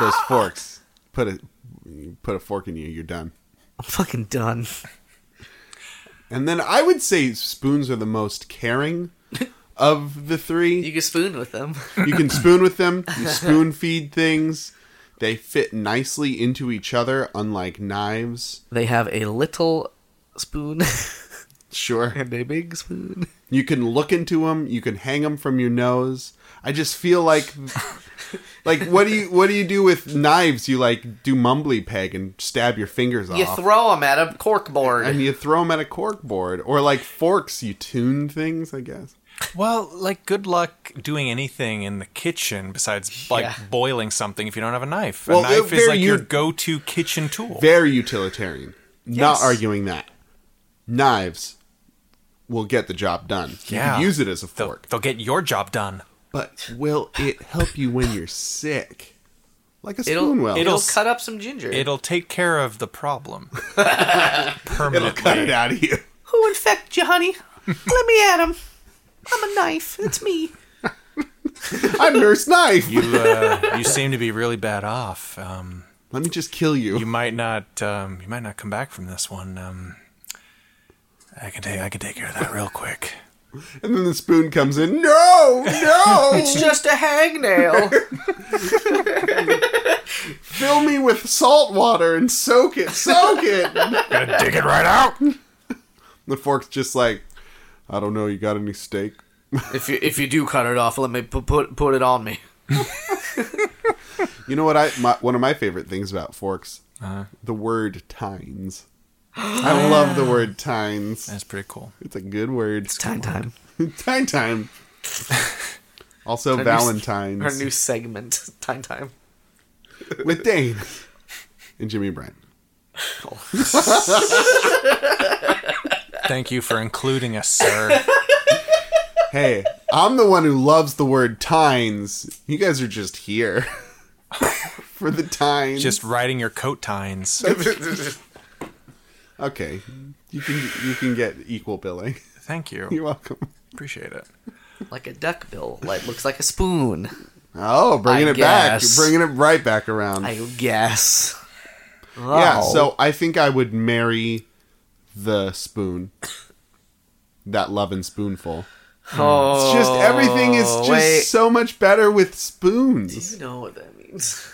Speaker 3: Those forks. Put a you put a fork in you, you're done.
Speaker 2: I'm fucking done.
Speaker 3: And then I would say spoons are the most caring of the three.
Speaker 2: You can spoon with them.
Speaker 3: You can spoon with them. You spoon feed things. They fit nicely into each other, unlike knives.
Speaker 2: They have a little spoon (laughs)
Speaker 3: Sure.
Speaker 2: and a big spoon.
Speaker 3: You can look into them. You can hang them from your nose. I just feel like, like what do you what do you do with knives? You like do mumbly peg and stab your fingers
Speaker 2: You
Speaker 3: off,
Speaker 2: throw them at a cork board.
Speaker 3: and you throw them at a cork board, or like forks. You tune things, I guess.
Speaker 1: Well, like good luck doing anything in the kitchen besides like
Speaker 2: Yeah.
Speaker 1: boiling something if you don't have a knife.
Speaker 3: Well,
Speaker 1: a knife
Speaker 3: they're
Speaker 1: is
Speaker 3: very
Speaker 1: like your
Speaker 3: ut-
Speaker 1: go-to kitchen tool.
Speaker 3: Very utilitarian. Not
Speaker 2: Yes.
Speaker 3: arguing that. Knives will get the job done. You
Speaker 1: Yeah.
Speaker 3: can use it as a
Speaker 1: They'll,
Speaker 3: fork.
Speaker 1: they'll get your job done.
Speaker 2: (laughs)
Speaker 3: But will it help you when you're sick? Like a
Speaker 2: It'll
Speaker 3: spoon will.
Speaker 2: it'll,
Speaker 1: It'll s-
Speaker 2: cut up some ginger.
Speaker 1: It'll take care of the
Speaker 3: (laughs)
Speaker 1: problem
Speaker 3: It'll
Speaker 1: permanently.
Speaker 3: (laughs) cut it out of you.
Speaker 2: Who infect you, (laughs) honey? Let me at him. I'm a knife. It's me.
Speaker 3: I'm Nurse Knife.
Speaker 1: You, uh, you seem to be really bad off. Um,
Speaker 3: Let me just kill you.
Speaker 1: you might not. Um, you might not come back from this one. Um, I can take. I can take care of that real quick.
Speaker 3: And then the spoon comes in. No,
Speaker 2: (laughs)
Speaker 3: no.
Speaker 2: It's just a hangnail.
Speaker 3: Fill me with salt water and soak it. Soak it. (laughs)
Speaker 1: Gonna dig it right out.
Speaker 3: the fork's just like, I don't know. You got any steak?
Speaker 2: (laughs) if you if you do cut it off, let me put put, put it on me.
Speaker 3: You know what? I my, one of my favorite things about forks,
Speaker 2: Uh-huh.
Speaker 3: the word
Speaker 2: (gasps)
Speaker 3: tines. I love the word tines.
Speaker 1: That's pretty cool.
Speaker 3: It's a good word.
Speaker 2: Time time.
Speaker 3: (laughs)
Speaker 2: (laughs)
Speaker 3: Tine time. Also,
Speaker 2: Our new s-
Speaker 3: Valentine's
Speaker 2: Our new segment. (laughs) Time time.
Speaker 3: with Dane and Jimmy Bryant.
Speaker 1: Thank you for including us, sir.
Speaker 3: Hey, I'm the one who loves the word tines. You guys are just here (laughs) for the tines.
Speaker 1: Just riding your coat tines.
Speaker 3: okay. You can you can get equal billing. (laughs)
Speaker 1: Thank you.
Speaker 3: You're welcome.
Speaker 1: Appreciate it.
Speaker 2: Like a duck bill. Like looks like a spoon.
Speaker 3: Oh, bringing
Speaker 2: I
Speaker 3: it
Speaker 2: guess.
Speaker 3: back, bringing it right back around.
Speaker 2: I guess.
Speaker 3: Yeah,
Speaker 2: Oh.
Speaker 3: so I think I would marry the spoon. That love and spoonful.
Speaker 2: Oh,
Speaker 3: It's just everything is just
Speaker 2: wait.
Speaker 3: so much better with spoons.
Speaker 2: You know what that means?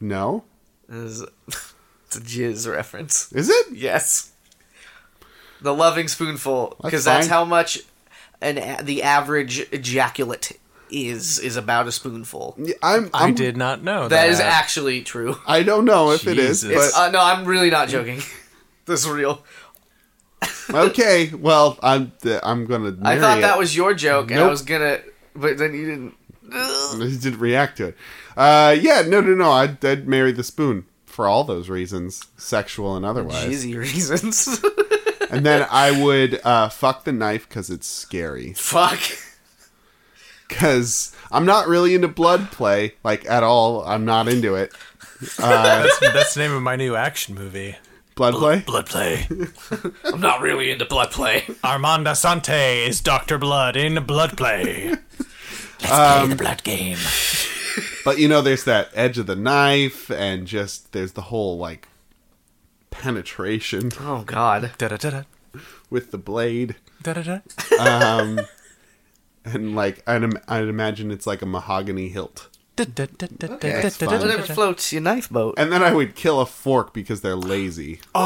Speaker 3: No?
Speaker 2: It's (laughs) it's a jizz reference.
Speaker 3: Is it?
Speaker 2: Yes. The loving spoonful, because
Speaker 3: That's
Speaker 2: that's
Speaker 3: fine.
Speaker 2: how much an a- the average ejaculate is is about a spoonful.
Speaker 3: Yeah, I'm,
Speaker 1: I
Speaker 3: I'm
Speaker 1: did not know that.
Speaker 2: That is actually true.
Speaker 3: I don't know if it is,
Speaker 1: Jesus.
Speaker 3: but
Speaker 2: It's, uh, no, I'm really not joking. (laughs) this is real.
Speaker 3: (laughs) okay. Well, I'm th- I'm gonna.
Speaker 2: I
Speaker 3: Marry
Speaker 2: thought that
Speaker 3: it.
Speaker 2: was your joke, and I
Speaker 3: Nope.
Speaker 2: was gonna, but then you didn't. Ugh.
Speaker 3: He didn't react to it. Uh, yeah, no, no, no. I'd, I'd marry the spoon for all those reasons, sexual and otherwise.
Speaker 2: Jizzy reasons. (laughs)
Speaker 3: and then I would uh, fuck the knife because it's scary. (laughs)
Speaker 2: Fuck.
Speaker 3: because I'm not really into blood play, like at all. I'm not into it.
Speaker 1: uh, that's, that's the name of my new action movie.
Speaker 3: Blood play?
Speaker 1: Blood Play.
Speaker 2: I'm not really into blood play.
Speaker 1: Armanda Sante is Dr. Blood in Blood Play. Let's play the blood game.
Speaker 3: But you know, there's that edge of the knife, and just there's the whole like penetration (laughs)
Speaker 2: Oh God.
Speaker 1: Da da da da.
Speaker 3: with the blade,
Speaker 1: Da da da.
Speaker 3: and like I'd, Im- I'd imagine it's like a mahogany hilt.
Speaker 1: Da da da da da
Speaker 3: that's
Speaker 1: da
Speaker 3: fine.
Speaker 1: da
Speaker 2: Whatever
Speaker 1: da da.
Speaker 2: floats your knife boat.
Speaker 3: And then I would kill a fork because they're lazy. Oh,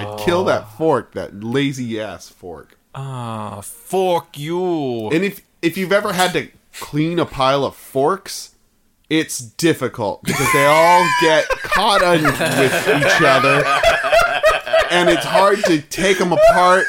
Speaker 3: I'd kill that fork, that lazy ass fork.
Speaker 1: Ah, Fork you.
Speaker 3: And if if you've ever had to clean a pile of forks, it's difficult because they all get caught on with each other, and it's hard to take them apart.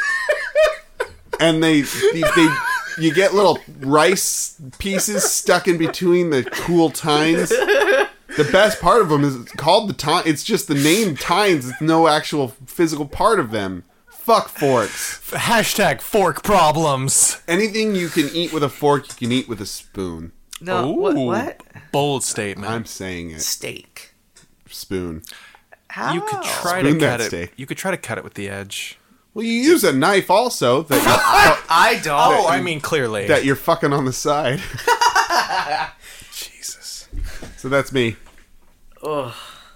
Speaker 3: And they, they, they you get little rice pieces stuck in between the cool tines. The best part of them is it's called the tines. It's just the name tines. It's no actual physical part of them. Fuck forks
Speaker 1: Hashtag fork problems.
Speaker 3: anything you can eat with a fork, you can eat with a spoon.
Speaker 2: No. Uh, What?
Speaker 1: Ooh,
Speaker 2: What?
Speaker 1: Bold statement.
Speaker 3: I'm saying it.
Speaker 2: Steak.
Speaker 3: Spoon.
Speaker 2: How?
Speaker 1: You could try
Speaker 3: Spoon
Speaker 1: to
Speaker 3: that
Speaker 1: cut it.
Speaker 3: steak.
Speaker 1: You could try to cut it with the edge.
Speaker 3: Well, you use a knife also that
Speaker 2: I don't.
Speaker 1: Oh, I mean (laughs) clearly.
Speaker 3: that you're fucking on
Speaker 1: (laughs)
Speaker 3: the side.
Speaker 1: Jesus.
Speaker 3: So that's me.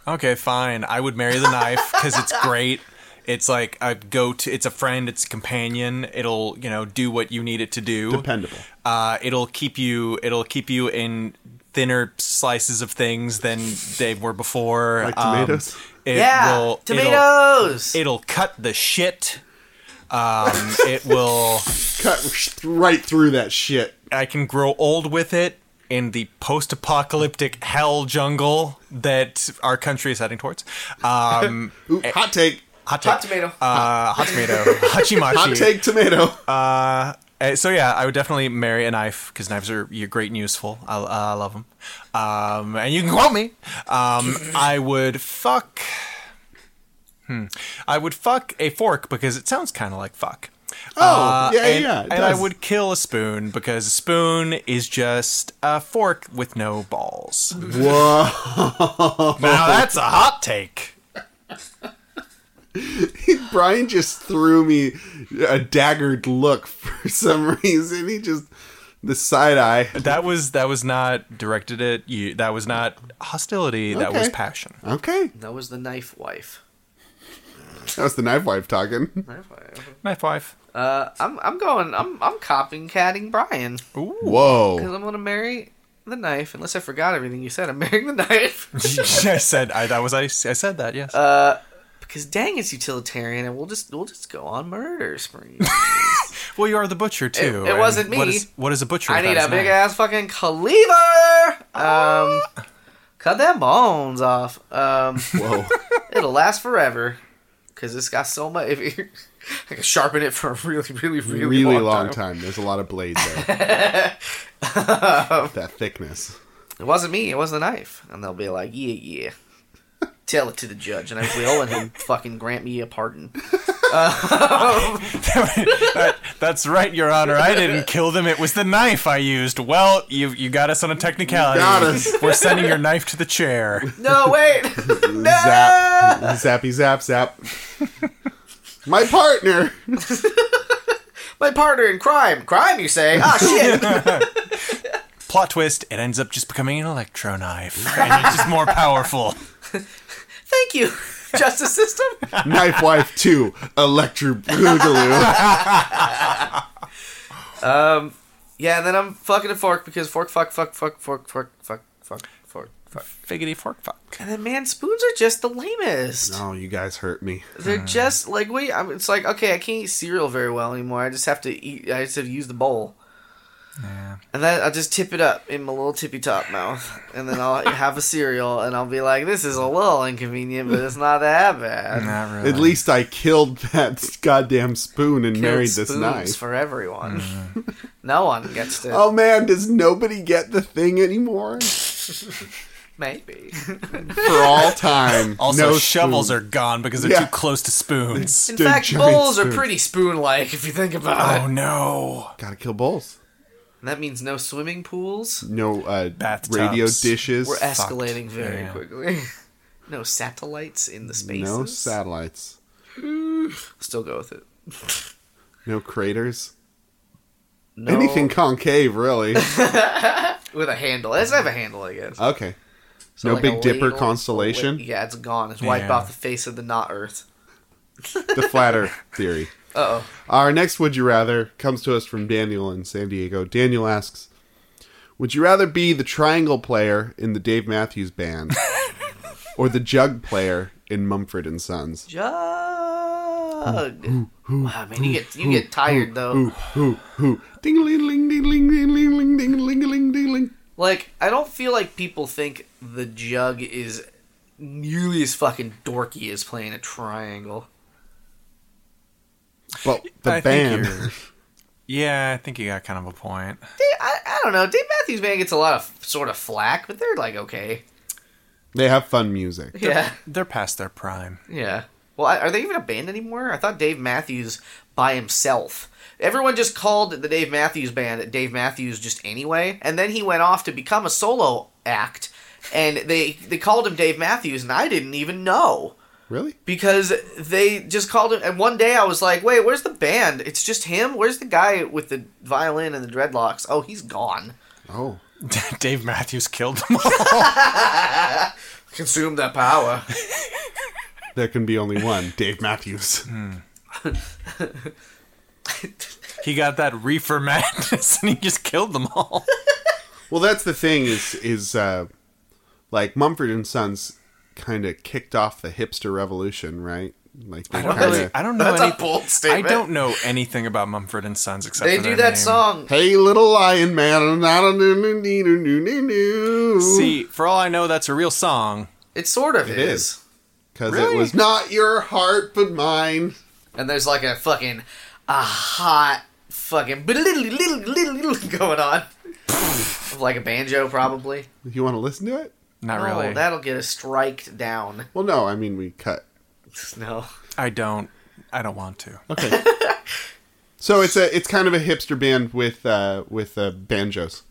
Speaker 1: Okay, fine. I would marry the knife because
Speaker 2: (laughs)
Speaker 1: it's great. It's like a go to. It's a friend. It's a companion. It'll you know do what you need it to do.
Speaker 3: Dependable.
Speaker 1: Uh, it'll keep you. It'll keep you in thinner slices of things than they were before.
Speaker 3: Like
Speaker 1: Um,
Speaker 3: tomatoes?
Speaker 1: it
Speaker 2: yeah.
Speaker 1: will- it'll-
Speaker 2: tomatoes.
Speaker 1: It'll, cut the shit. Um, it will.
Speaker 3: Cut right through that shit.
Speaker 1: I can grow old with it in the post-apocalyptic hell jungle that our country is heading towards. Um,
Speaker 3: Ooh, (laughs) hot take.
Speaker 1: Hot,
Speaker 2: Hot
Speaker 1: take.
Speaker 2: tomato.
Speaker 1: Uh, hot tomato. Hachimachi.
Speaker 3: (laughs) Hot take tomato.
Speaker 1: Uh, so yeah, I would definitely marry a knife because knives are you're great and useful. I, I love them, um, and you can quote me.
Speaker 3: (laughs)
Speaker 1: Um, I would fuck. Hmm. I would fuck a fork because it sounds kind of like fuck.
Speaker 3: Oh, yeah, yeah,
Speaker 1: Uh, and,
Speaker 3: yeah, it
Speaker 1: and I
Speaker 3: does.
Speaker 1: would kill a spoon because a spoon is just a fork with no balls.
Speaker 3: Whoa. (laughs)
Speaker 1: Now that's a hot take.
Speaker 3: Brian just threw me a daggered look for some (laughs) reason. He just the side eye.
Speaker 1: That was that was not directed at you. That was not hostility. That was
Speaker 3: Okay.
Speaker 1: passion.
Speaker 3: Okay,
Speaker 2: That was the knife wife.
Speaker 3: that was the knife wife talking.
Speaker 2: Knife wife.
Speaker 1: Knife wife. (laughs)
Speaker 2: Uh, I'm I'm going. I'm I'm copying catting Brian
Speaker 1: Ooh.
Speaker 2: because
Speaker 3: Whoa.
Speaker 2: I'm gonna marry the knife. Unless I forgot everything you said, I'm (laughs) marrying the knife.
Speaker 1: (laughs) I said I, that was I, I said that yes.
Speaker 2: Uh, Because dang, it's utilitarian, and we'll just we'll just go on
Speaker 1: (laughs)
Speaker 2: murder spree.
Speaker 1: well, you are the butcher too.
Speaker 2: it
Speaker 1: and
Speaker 2: wasn't me.
Speaker 1: What is, what is a butcher?
Speaker 2: I need
Speaker 1: without his
Speaker 2: a big
Speaker 1: knife?
Speaker 2: ass fucking cleaver. Um, cut them bones off.
Speaker 1: (laughs)
Speaker 2: Um,
Speaker 3: Whoa.
Speaker 2: it'll last forever because it's got so much. If (laughs) you, I can sharpen it for a really, really, really,
Speaker 3: Really
Speaker 2: long, time.
Speaker 3: There's a lot of blade there. that thickness.
Speaker 2: It wasn't me. It was the knife. And they'll be like, yeah, yeah. (laughs) Tell it to the judge, and I will, and he'll (laughs) fucking grant me a pardon.
Speaker 1: (laughs) That- that's right, Your Honor. I
Speaker 2: (laughs)
Speaker 1: didn't kill them. It was the knife I used. Well, you you got us on a technicality.
Speaker 3: You got us.
Speaker 1: We're sending your knife to the chair.
Speaker 2: (laughs) No, wait. (laughs)
Speaker 3: Zap. Zappy zap zap. My partner.
Speaker 2: My partner in crime. Crime, you say? (laughs) Ah, shit.
Speaker 1: (laughs) Plot twist: It ends up just becoming an electro knife, and it's just more powerful.
Speaker 2: Thank you, (laughs) justice (laughs) system.
Speaker 3: Knife wife two. Electro boogaloo.
Speaker 2: Yeah, and then I'm fucking a fork because fork, fuck, fuck, fuck, fork, fork, fuck, fuck, fork, fuck.
Speaker 1: Figgity fork fuck.
Speaker 2: And then, man, spoons are just the lamest.
Speaker 3: Oh, you guys hurt me.
Speaker 2: They're just like wait. I'm, it's like okay, I can't eat cereal very well anymore. I just have to eat. I just have to use the bowl. And then I'll just tip it up in my little tippy top mouth, and then
Speaker 3: (laughs)
Speaker 2: I'll have a cereal, and I'll be like, "This is a little inconvenient, but it's not that bad."
Speaker 1: Not really.
Speaker 3: At least I killed that goddamn spoon and
Speaker 2: Killed
Speaker 3: married this
Speaker 2: spoons
Speaker 3: knife.
Speaker 2: for everyone. (laughs) no one gets to
Speaker 3: Oh man, does nobody get the thing anymore?
Speaker 2: maybe.
Speaker 3: (laughs) For all time.
Speaker 1: Also,
Speaker 3: no
Speaker 1: shovels
Speaker 3: spoon.
Speaker 1: are gone because they're
Speaker 3: Yeah.
Speaker 1: too close to
Speaker 2: (laughs)
Speaker 1: spoons.
Speaker 2: In
Speaker 3: They're
Speaker 2: fact,
Speaker 3: giant
Speaker 2: bowls are
Speaker 3: spoons.
Speaker 2: pretty spoon-like if you think about
Speaker 1: Oh
Speaker 2: it.
Speaker 1: no!
Speaker 3: Gotta kill bowls.
Speaker 2: That means no swimming pools.
Speaker 3: No uh,
Speaker 1: Bathtubs.
Speaker 3: radio dishes.
Speaker 2: We're escalating very
Speaker 1: Yeah.
Speaker 2: quickly. (laughs) No satellites in the spaces.
Speaker 3: no satellites.
Speaker 2: Still go with it.
Speaker 3: No craters.
Speaker 2: No,
Speaker 3: Anything
Speaker 1: (laughs)
Speaker 3: concave, really.
Speaker 2: with a handle. It doesn't have a handle, I guess.
Speaker 3: Okay.
Speaker 2: So
Speaker 3: no
Speaker 2: like a
Speaker 3: Big Dipper
Speaker 2: ladle-
Speaker 3: constellation.
Speaker 2: Yeah, it's gone. It's wiped
Speaker 1: Yeah.
Speaker 2: off the face of the not Earth.
Speaker 3: the flat Earth theory.
Speaker 2: Uh oh.
Speaker 3: Our next Would You Rather comes to us from Daniel in San Diego. Daniel asks Would you rather be the triangle player in the Dave Matthews
Speaker 1: (laughs)
Speaker 3: band or the jug player in Mumford and Sons?
Speaker 2: Jug. wow, man, you get you get tired though.
Speaker 3: Who, who? Ding ling ling ding ling ding ling ling ding ling ling ding ling.
Speaker 2: Like, I don't feel like people think the jug is nearly as fucking dorky as playing a triangle.
Speaker 3: But the
Speaker 1: I think
Speaker 3: band.
Speaker 1: you're- Yeah, I think you got kind of a point.
Speaker 2: They, I, I don't know. Dave Matthews Band gets a lot of sort of flack, but they're like okay.
Speaker 3: They have fun music.
Speaker 2: (laughs) Yeah.
Speaker 1: They're past their prime. (laughs)
Speaker 2: Yeah. Well, I- are they even a band anymore? I thought Dave Matthews by himself. Everyone just called the Dave Matthews Band Dave Matthews just anyway, and then he went off to become a solo act, and they they called him Dave Matthews, and I didn't even know
Speaker 3: Really?
Speaker 2: because they just called him. And one day I was like, "Wait, where's the band? It's just him. Where's the guy with the violin and the dreadlocks? Oh, he's gone.
Speaker 3: Oh.
Speaker 1: Dave Matthews killed them all. (laughs)
Speaker 2: Consume that (laughs) power."
Speaker 3: There can be only one Dave Matthews.
Speaker 1: he got that reefer madness (laughs) and he just killed them all.
Speaker 3: Well, that's the thing is is uh, like Mumford and Sons kind of kicked off the hipster revolution, right? Like they
Speaker 1: I don't,
Speaker 3: kind
Speaker 1: really,
Speaker 3: of
Speaker 1: I don't know
Speaker 2: That's a
Speaker 1: anything.
Speaker 2: bold
Speaker 1: I
Speaker 2: statement.
Speaker 1: don't know anything about Mumford and Sons except
Speaker 2: They
Speaker 1: for
Speaker 2: do
Speaker 1: their
Speaker 2: that
Speaker 1: name.
Speaker 2: song.
Speaker 3: hey little lion man, na- na- na- na- na- na- na- na- na."
Speaker 1: See, for all I know, that's a real song.
Speaker 2: It sort of
Speaker 3: It
Speaker 2: is.
Speaker 3: is. because
Speaker 1: Really?
Speaker 3: it was not your heart but mine.
Speaker 2: and there's like a fucking a hot fucking (laughs) going on of like a banjo probably.
Speaker 3: You want to listen to it?
Speaker 1: Not
Speaker 2: No,
Speaker 1: really.
Speaker 2: that'll get us striked down. (laughs)
Speaker 3: Well, no. I mean, we cut.
Speaker 2: No.
Speaker 1: I don't. I don't want to.
Speaker 3: Okay. so it's a it's kind of a hipster band with uh, with uh, banjos,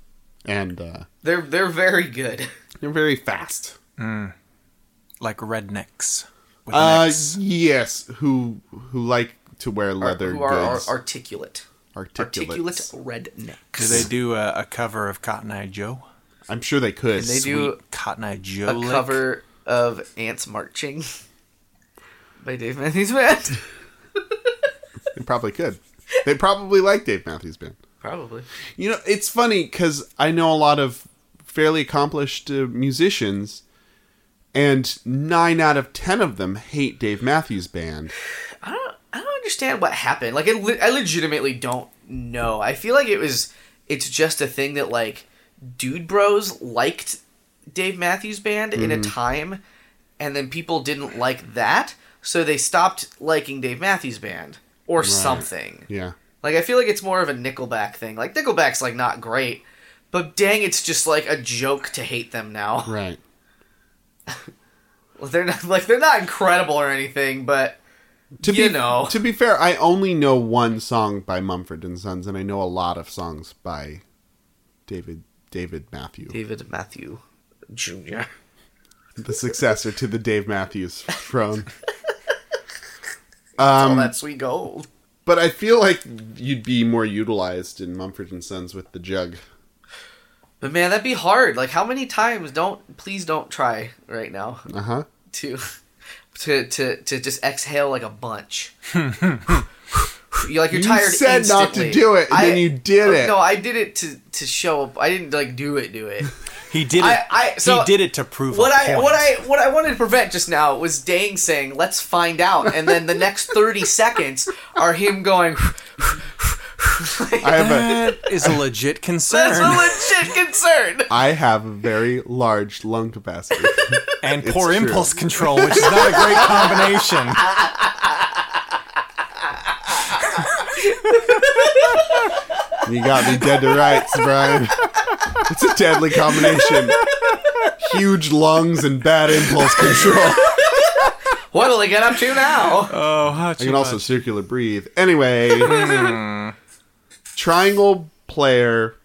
Speaker 3: and uh,
Speaker 2: They're they're very good.
Speaker 3: they're very fast.
Speaker 1: Like rednecks. With
Speaker 3: Uh,
Speaker 1: necks.
Speaker 3: yes, who who like to wear leather
Speaker 2: Who are, are
Speaker 3: goods?
Speaker 2: articulate.
Speaker 3: articulate.
Speaker 2: Articulate rednecks.
Speaker 1: Do they do a, a cover of Cotton Eye Joe?
Speaker 3: I'm sure they could.
Speaker 2: And they do-
Speaker 1: Sweet Cotton Eye Joe.
Speaker 2: a
Speaker 1: lick?
Speaker 2: cover of Ants Marching (laughs) by Dave Matthews Band.
Speaker 1: (laughs)
Speaker 3: They probably could. They probably like Dave Matthews Band.
Speaker 2: Probably.
Speaker 3: You know, it's funny because I know a lot of fairly accomplished uh, musicians, and nine out of ten of them hate Dave Matthews Band.
Speaker 2: I don't I don't understand what happened. Like I, le- I legitimately don't know. I feel like it was it's just a thing that like dude bros liked Dave Matthews Band in
Speaker 3: Mm-hmm.
Speaker 2: a time and then people didn't like that, so they stopped liking Dave Matthews Band or something.
Speaker 3: Yeah,
Speaker 2: Like I feel like it's more of a Nickelback thing. Like Nickelback's like not great, but dang, it's just like a joke to hate them now.
Speaker 3: right.
Speaker 2: Well, (laughs) They're not like they're not incredible or anything, but
Speaker 3: To
Speaker 2: You
Speaker 3: be,
Speaker 2: know.
Speaker 3: to be fair, I only know one song by Mumford and Sons, and I know a lot of songs by David David Matthew,
Speaker 2: David Matthew Jr.
Speaker 3: the successor to the Dave Matthews throne. Um,
Speaker 2: oh, that sweet gold.
Speaker 3: But I feel like you'd be more utilized in Mumford and Sons with the jug.
Speaker 2: But man, that'd be hard. Like how many times? Don't please don't try right now
Speaker 3: Uh huh.
Speaker 2: to to to to just exhale like a
Speaker 3: (laughs)
Speaker 2: bunch. You're like you're
Speaker 3: You
Speaker 2: tired.
Speaker 3: said not to
Speaker 2: instantly.
Speaker 3: do it, and
Speaker 2: I-
Speaker 3: then you did it.
Speaker 2: No, I did it to to show up. I didn't like do it. Do
Speaker 3: (laughs)
Speaker 2: it.
Speaker 1: He did it.
Speaker 2: I- I- so
Speaker 1: he did it to prove
Speaker 2: What
Speaker 1: a
Speaker 2: I
Speaker 1: point.
Speaker 2: what I what I wanted to prevent just now was Dang saying, "Let's find out," and then the next
Speaker 3: (laughs)
Speaker 2: thirty seconds are him going.
Speaker 3: I have a
Speaker 1: That is a legit concern.
Speaker 2: That's a legit concern.
Speaker 3: I have a very large lung capacity.
Speaker 1: and poor
Speaker 3: true.
Speaker 1: impulse control, which is not a great
Speaker 2: (laughs)
Speaker 1: combination.
Speaker 3: you got me dead to rights, Brian. It's a deadly combination. Huge lungs and bad impulse control.
Speaker 2: What will they get up to now?
Speaker 1: Oh, how
Speaker 3: You can also circular breathe. Anyway, triangle player.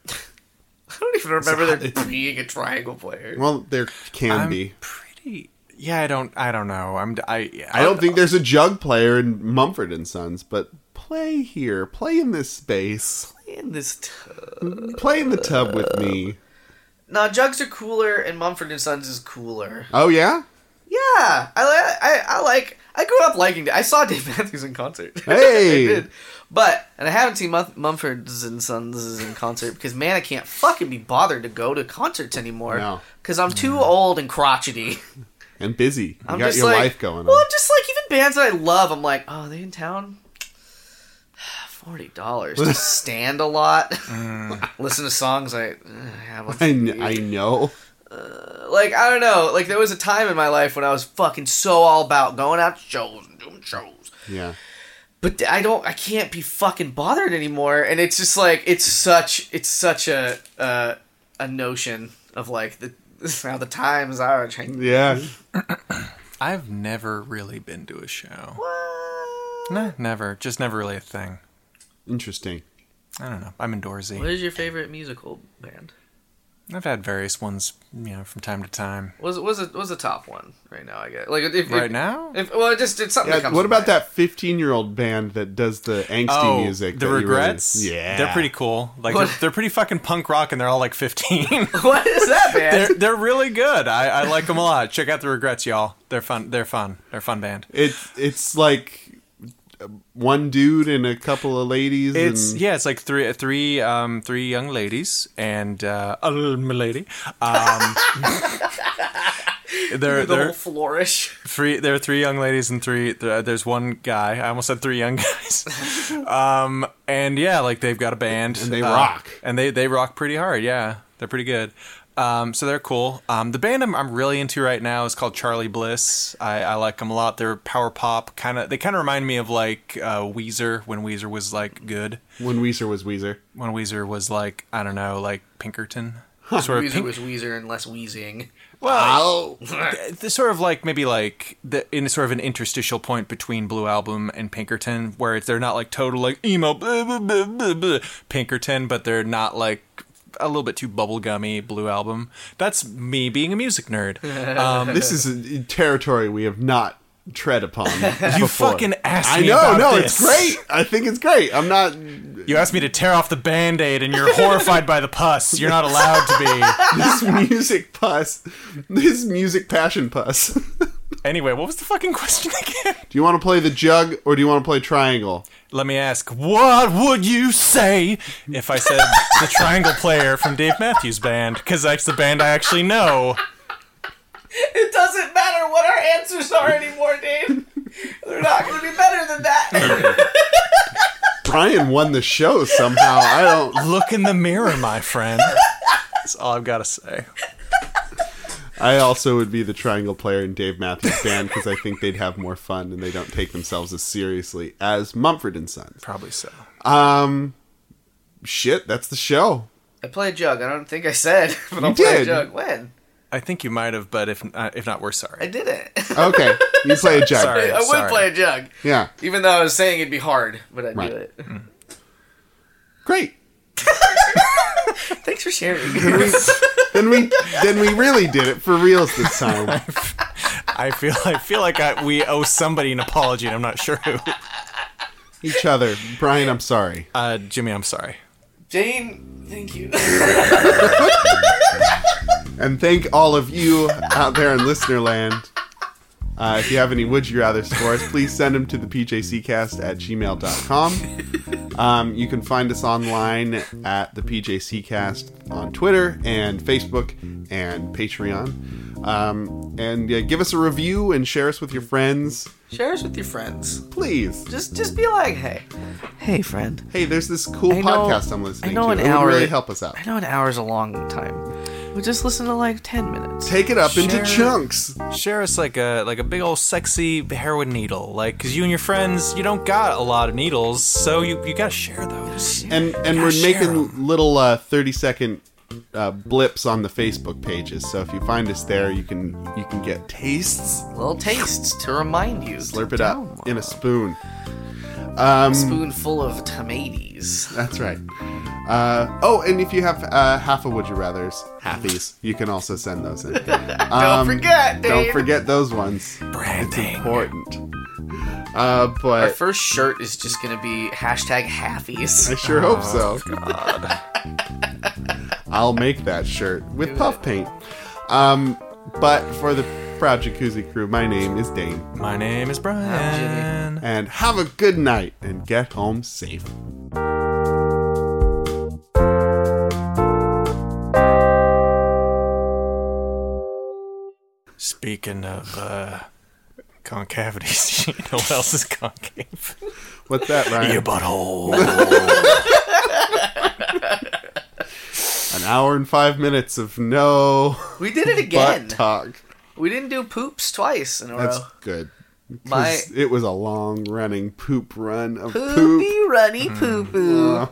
Speaker 2: I don't even remember there being a triangle player.
Speaker 3: Well, there can
Speaker 1: I'm
Speaker 3: be.
Speaker 1: pretty. Yeah, I don't. I don't know. I'm. I.
Speaker 3: I don't think there's a jug player in Mumford and Sons, but play here, play in this space,
Speaker 2: In this, tub.
Speaker 3: play in the tub with
Speaker 1: Uh.
Speaker 3: me.
Speaker 2: no, jugs are cooler, and Mumford and Sons is cooler.
Speaker 1: (laughs)
Speaker 3: Oh yeah,
Speaker 2: Yeah, I li- I I like. I grew up liking. I saw (laughs) Dave Matthews in concert. (laughs)
Speaker 3: Hey!
Speaker 2: I did. But and I haven't seen Mum- Mumford's and Sons in concert because man, I can't fucking be bothered to go to concerts anymore
Speaker 3: No.
Speaker 2: because I'm too old and crotchety. (laughs)
Speaker 3: and busy. You
Speaker 2: I'm
Speaker 3: got
Speaker 2: just
Speaker 3: your
Speaker 2: like,
Speaker 3: life going
Speaker 2: Well,
Speaker 3: on.
Speaker 2: I'm just like even bands that I love. I'm like, oh, are they in town. (sighs) Forty dollars
Speaker 3: (laughs)
Speaker 2: to stand a lot, (laughs) listen to songs I (sighs) uh, have. On
Speaker 3: (laughs) I,
Speaker 2: TV.
Speaker 3: kn- I know.
Speaker 2: (laughs) like I don't know. Like there was a time in my life when I was fucking so all about going out to shows and doing shows.
Speaker 3: Yeah.
Speaker 2: But I don't. I can't be fucking bothered anymore. And it's just like it's such. It's such a uh, a notion of like the (laughs) how the times are changing.
Speaker 3: Yeah.
Speaker 1: I've never really been to a show. Nah, never. Just never really a thing.
Speaker 3: Interesting.
Speaker 1: I don't know. I'm indoorsy.
Speaker 2: What is your favorite musical band?
Speaker 1: I've had various ones, you know, from time to time.
Speaker 2: Was was it was a top one right now? I guess like if, if
Speaker 1: Right now?
Speaker 2: If, well, it just it's something. that
Speaker 3: Yeah,
Speaker 2: comes
Speaker 3: what
Speaker 2: to
Speaker 3: about
Speaker 2: mind.
Speaker 3: that 15 year old band that does the angsty
Speaker 1: Oh, the
Speaker 3: music? that you really-
Speaker 1: regrets.
Speaker 3: yeah.
Speaker 1: they're pretty cool. Like
Speaker 2: What?
Speaker 1: they're, they're pretty fucking punk rock, and they're all like
Speaker 3: (laughs)
Speaker 1: 15.
Speaker 2: (laughs) What is that
Speaker 1: (laughs)
Speaker 2: band?
Speaker 1: they're they're really good. I, I like them a lot. Check out the regrets, y'all. They're fun. They're fun. They're a fun band.
Speaker 3: It's, it's like uh, one dude and a couple of ladies.
Speaker 1: It's
Speaker 3: and
Speaker 1: yeah, it's like three three um thry young ladies and uh, a little milady.
Speaker 3: (laughs)
Speaker 1: Um, they're
Speaker 2: the
Speaker 1: they're
Speaker 2: whole flourish.
Speaker 1: three there are three young ladies and three there, there's one guy. I almost said three young (laughs) guys. um and yeah, like they've got a band
Speaker 3: And they
Speaker 1: uh,
Speaker 3: rock.
Speaker 1: and they they rock pretty hard. Yeah, they're pretty good. Um, so they're cool. Um, the band I'm, I'm really into right now is called Charlie Bliss. I, I like them a lot. They're power pop kind of. They kind of remind me of like uh, Weezer when Weezer was like good.
Speaker 3: When Weezer was Weezer.
Speaker 1: (laughs) When Weezer was like I don't know, like Pinkerton. Sort
Speaker 2: Weezer
Speaker 1: of pink-
Speaker 2: was Weezer and less wheezing. (laughs)
Speaker 3: Wow.
Speaker 1: th- th- uh, sort of like maybe like the, in sort of an interstitial point between Blue Album and Pinkerton, where it's, they're not like total like emo blah, blah, blah, blah, blah, Pinkerton, but they're not like a little bit too bubblegummy Blue Album. That's me being a music nerd. (laughs) Um,
Speaker 3: this is a territory we have not tread upon.
Speaker 1: (laughs) you
Speaker 3: before.
Speaker 1: fucking asked
Speaker 3: I
Speaker 1: me.
Speaker 3: know,
Speaker 1: about
Speaker 3: no,
Speaker 1: this.
Speaker 3: it's great. I think it's great. I'm not.
Speaker 1: You asked me to tear off the band aid, and you're horrified by the pus. You're not allowed to
Speaker 3: This music pus. This music passion pus. (laughs)
Speaker 1: be.
Speaker 3: do
Speaker 1: Anyway, what was the fucking question again?
Speaker 3: you want to play the jug or do you want to play triangle?
Speaker 1: Let me ask, what would you say if I said the Triangle Player from Dave Matthews Band? Because that's the band I actually know.
Speaker 2: It doesn't matter what our answers are anymore, Dave. They're not going to be better than that.
Speaker 3: Brian won the show somehow. I don't.
Speaker 1: Look in the mirror, my friend. That's all I've got to say.
Speaker 3: I also would be the triangle player in Dave Matthews Band because I think they'd have more fun and they don't take themselves as seriously as Mumford and Sons.
Speaker 1: Probably so.
Speaker 3: Um, shit, that's the show.
Speaker 2: I played jug. I don't think I said, (laughs) but I'll
Speaker 3: You
Speaker 2: play
Speaker 3: did.
Speaker 2: jug. When
Speaker 1: I think you might have, but if uh, if not, we're
Speaker 2: I
Speaker 1: sorry.
Speaker 2: did it, (laughs)
Speaker 3: Okay, you play a jug.
Speaker 1: Sorry.
Speaker 2: I would
Speaker 1: sorry.
Speaker 2: play a jug.
Speaker 3: Yeah,
Speaker 2: Even though I was saying it'd be hard, but I'd
Speaker 3: Right.
Speaker 2: do it. (laughs)
Speaker 3: great.
Speaker 2: Thanks for
Speaker 3: Then
Speaker 2: sharing.
Speaker 3: we, then we then we really did it for reals this time.
Speaker 1: I feel I feel like I, we owe somebody an apology, and I'm not sure who.
Speaker 3: Each other, Brian. I'm sorry.
Speaker 1: Uh, Jimmy, I'm sorry.
Speaker 2: Jane, thank you. (laughs)
Speaker 3: And thank all of you out there in listener land. Uh, if you have any would you rather scores, please send them to the pjccast at gmail.com. Um, you can find us online at the pjccast on Twitter and Facebook and Patreon. Um, and yeah, give us a review and share us with your friends,
Speaker 2: Share us with your friends.
Speaker 3: please.
Speaker 2: Just, just be like, hey, hey, friend.
Speaker 3: Hey, there's this cool
Speaker 2: I know-
Speaker 3: podcast I'm listening
Speaker 2: I know
Speaker 3: to.
Speaker 2: an
Speaker 3: it would
Speaker 2: hour-
Speaker 3: really help us out.
Speaker 2: I know an hour's a long time. Well, just listen to like ten minutes.
Speaker 3: Take it up into
Speaker 1: Share-
Speaker 3: chunks.
Speaker 1: Share us like a like a big old sexy heroin needle, like because you and your friends you don't got a lot of needles, so you you gotta share those.
Speaker 3: and and
Speaker 1: Gotta
Speaker 3: we're
Speaker 1: share
Speaker 3: making
Speaker 1: 'em.
Speaker 3: little uh, 30 second uh, blips on the Facebook pages. So if you find us there, you can you can get tastes,
Speaker 2: Little tastes to remind you.
Speaker 3: slurp
Speaker 2: to
Speaker 3: it up
Speaker 2: download.
Speaker 3: in a spoon. Um,
Speaker 2: spoonful of tomatoes.
Speaker 3: that's right. Uh, oh, and if you have uh, half a would you rather's, halfies, you can also send
Speaker 2: (laughs)
Speaker 3: those in. don't
Speaker 2: forget,
Speaker 3: Don't
Speaker 2: Dave.
Speaker 3: forget those ones.
Speaker 1: Branding.
Speaker 3: Important. Uh,
Speaker 2: Our
Speaker 3: but
Speaker 2: first shirt is just gonna be hashtag halfies.
Speaker 3: I sure hope so.
Speaker 2: Oh,
Speaker 3: I'll make that shirt with puff paint. Um, but for the Proud Jacuzzi crew, my name is Dane.
Speaker 1: My name is Brian.
Speaker 3: And have a good night and get home safe.
Speaker 1: Speaking of uh, concavities, (laughs) you know what else is concave?
Speaker 3: What's that, Ryan?
Speaker 1: Your butthole. (laughs)
Speaker 3: An hour and five minutes of no
Speaker 2: We did it again.
Speaker 3: butt talk.
Speaker 2: We didn't do poops twice in a
Speaker 3: That's
Speaker 2: row.
Speaker 3: good. 'Cause
Speaker 2: My-
Speaker 3: It was a long running poop Mm. Uh-huh. run of poop.
Speaker 2: Poopy runny poo poo.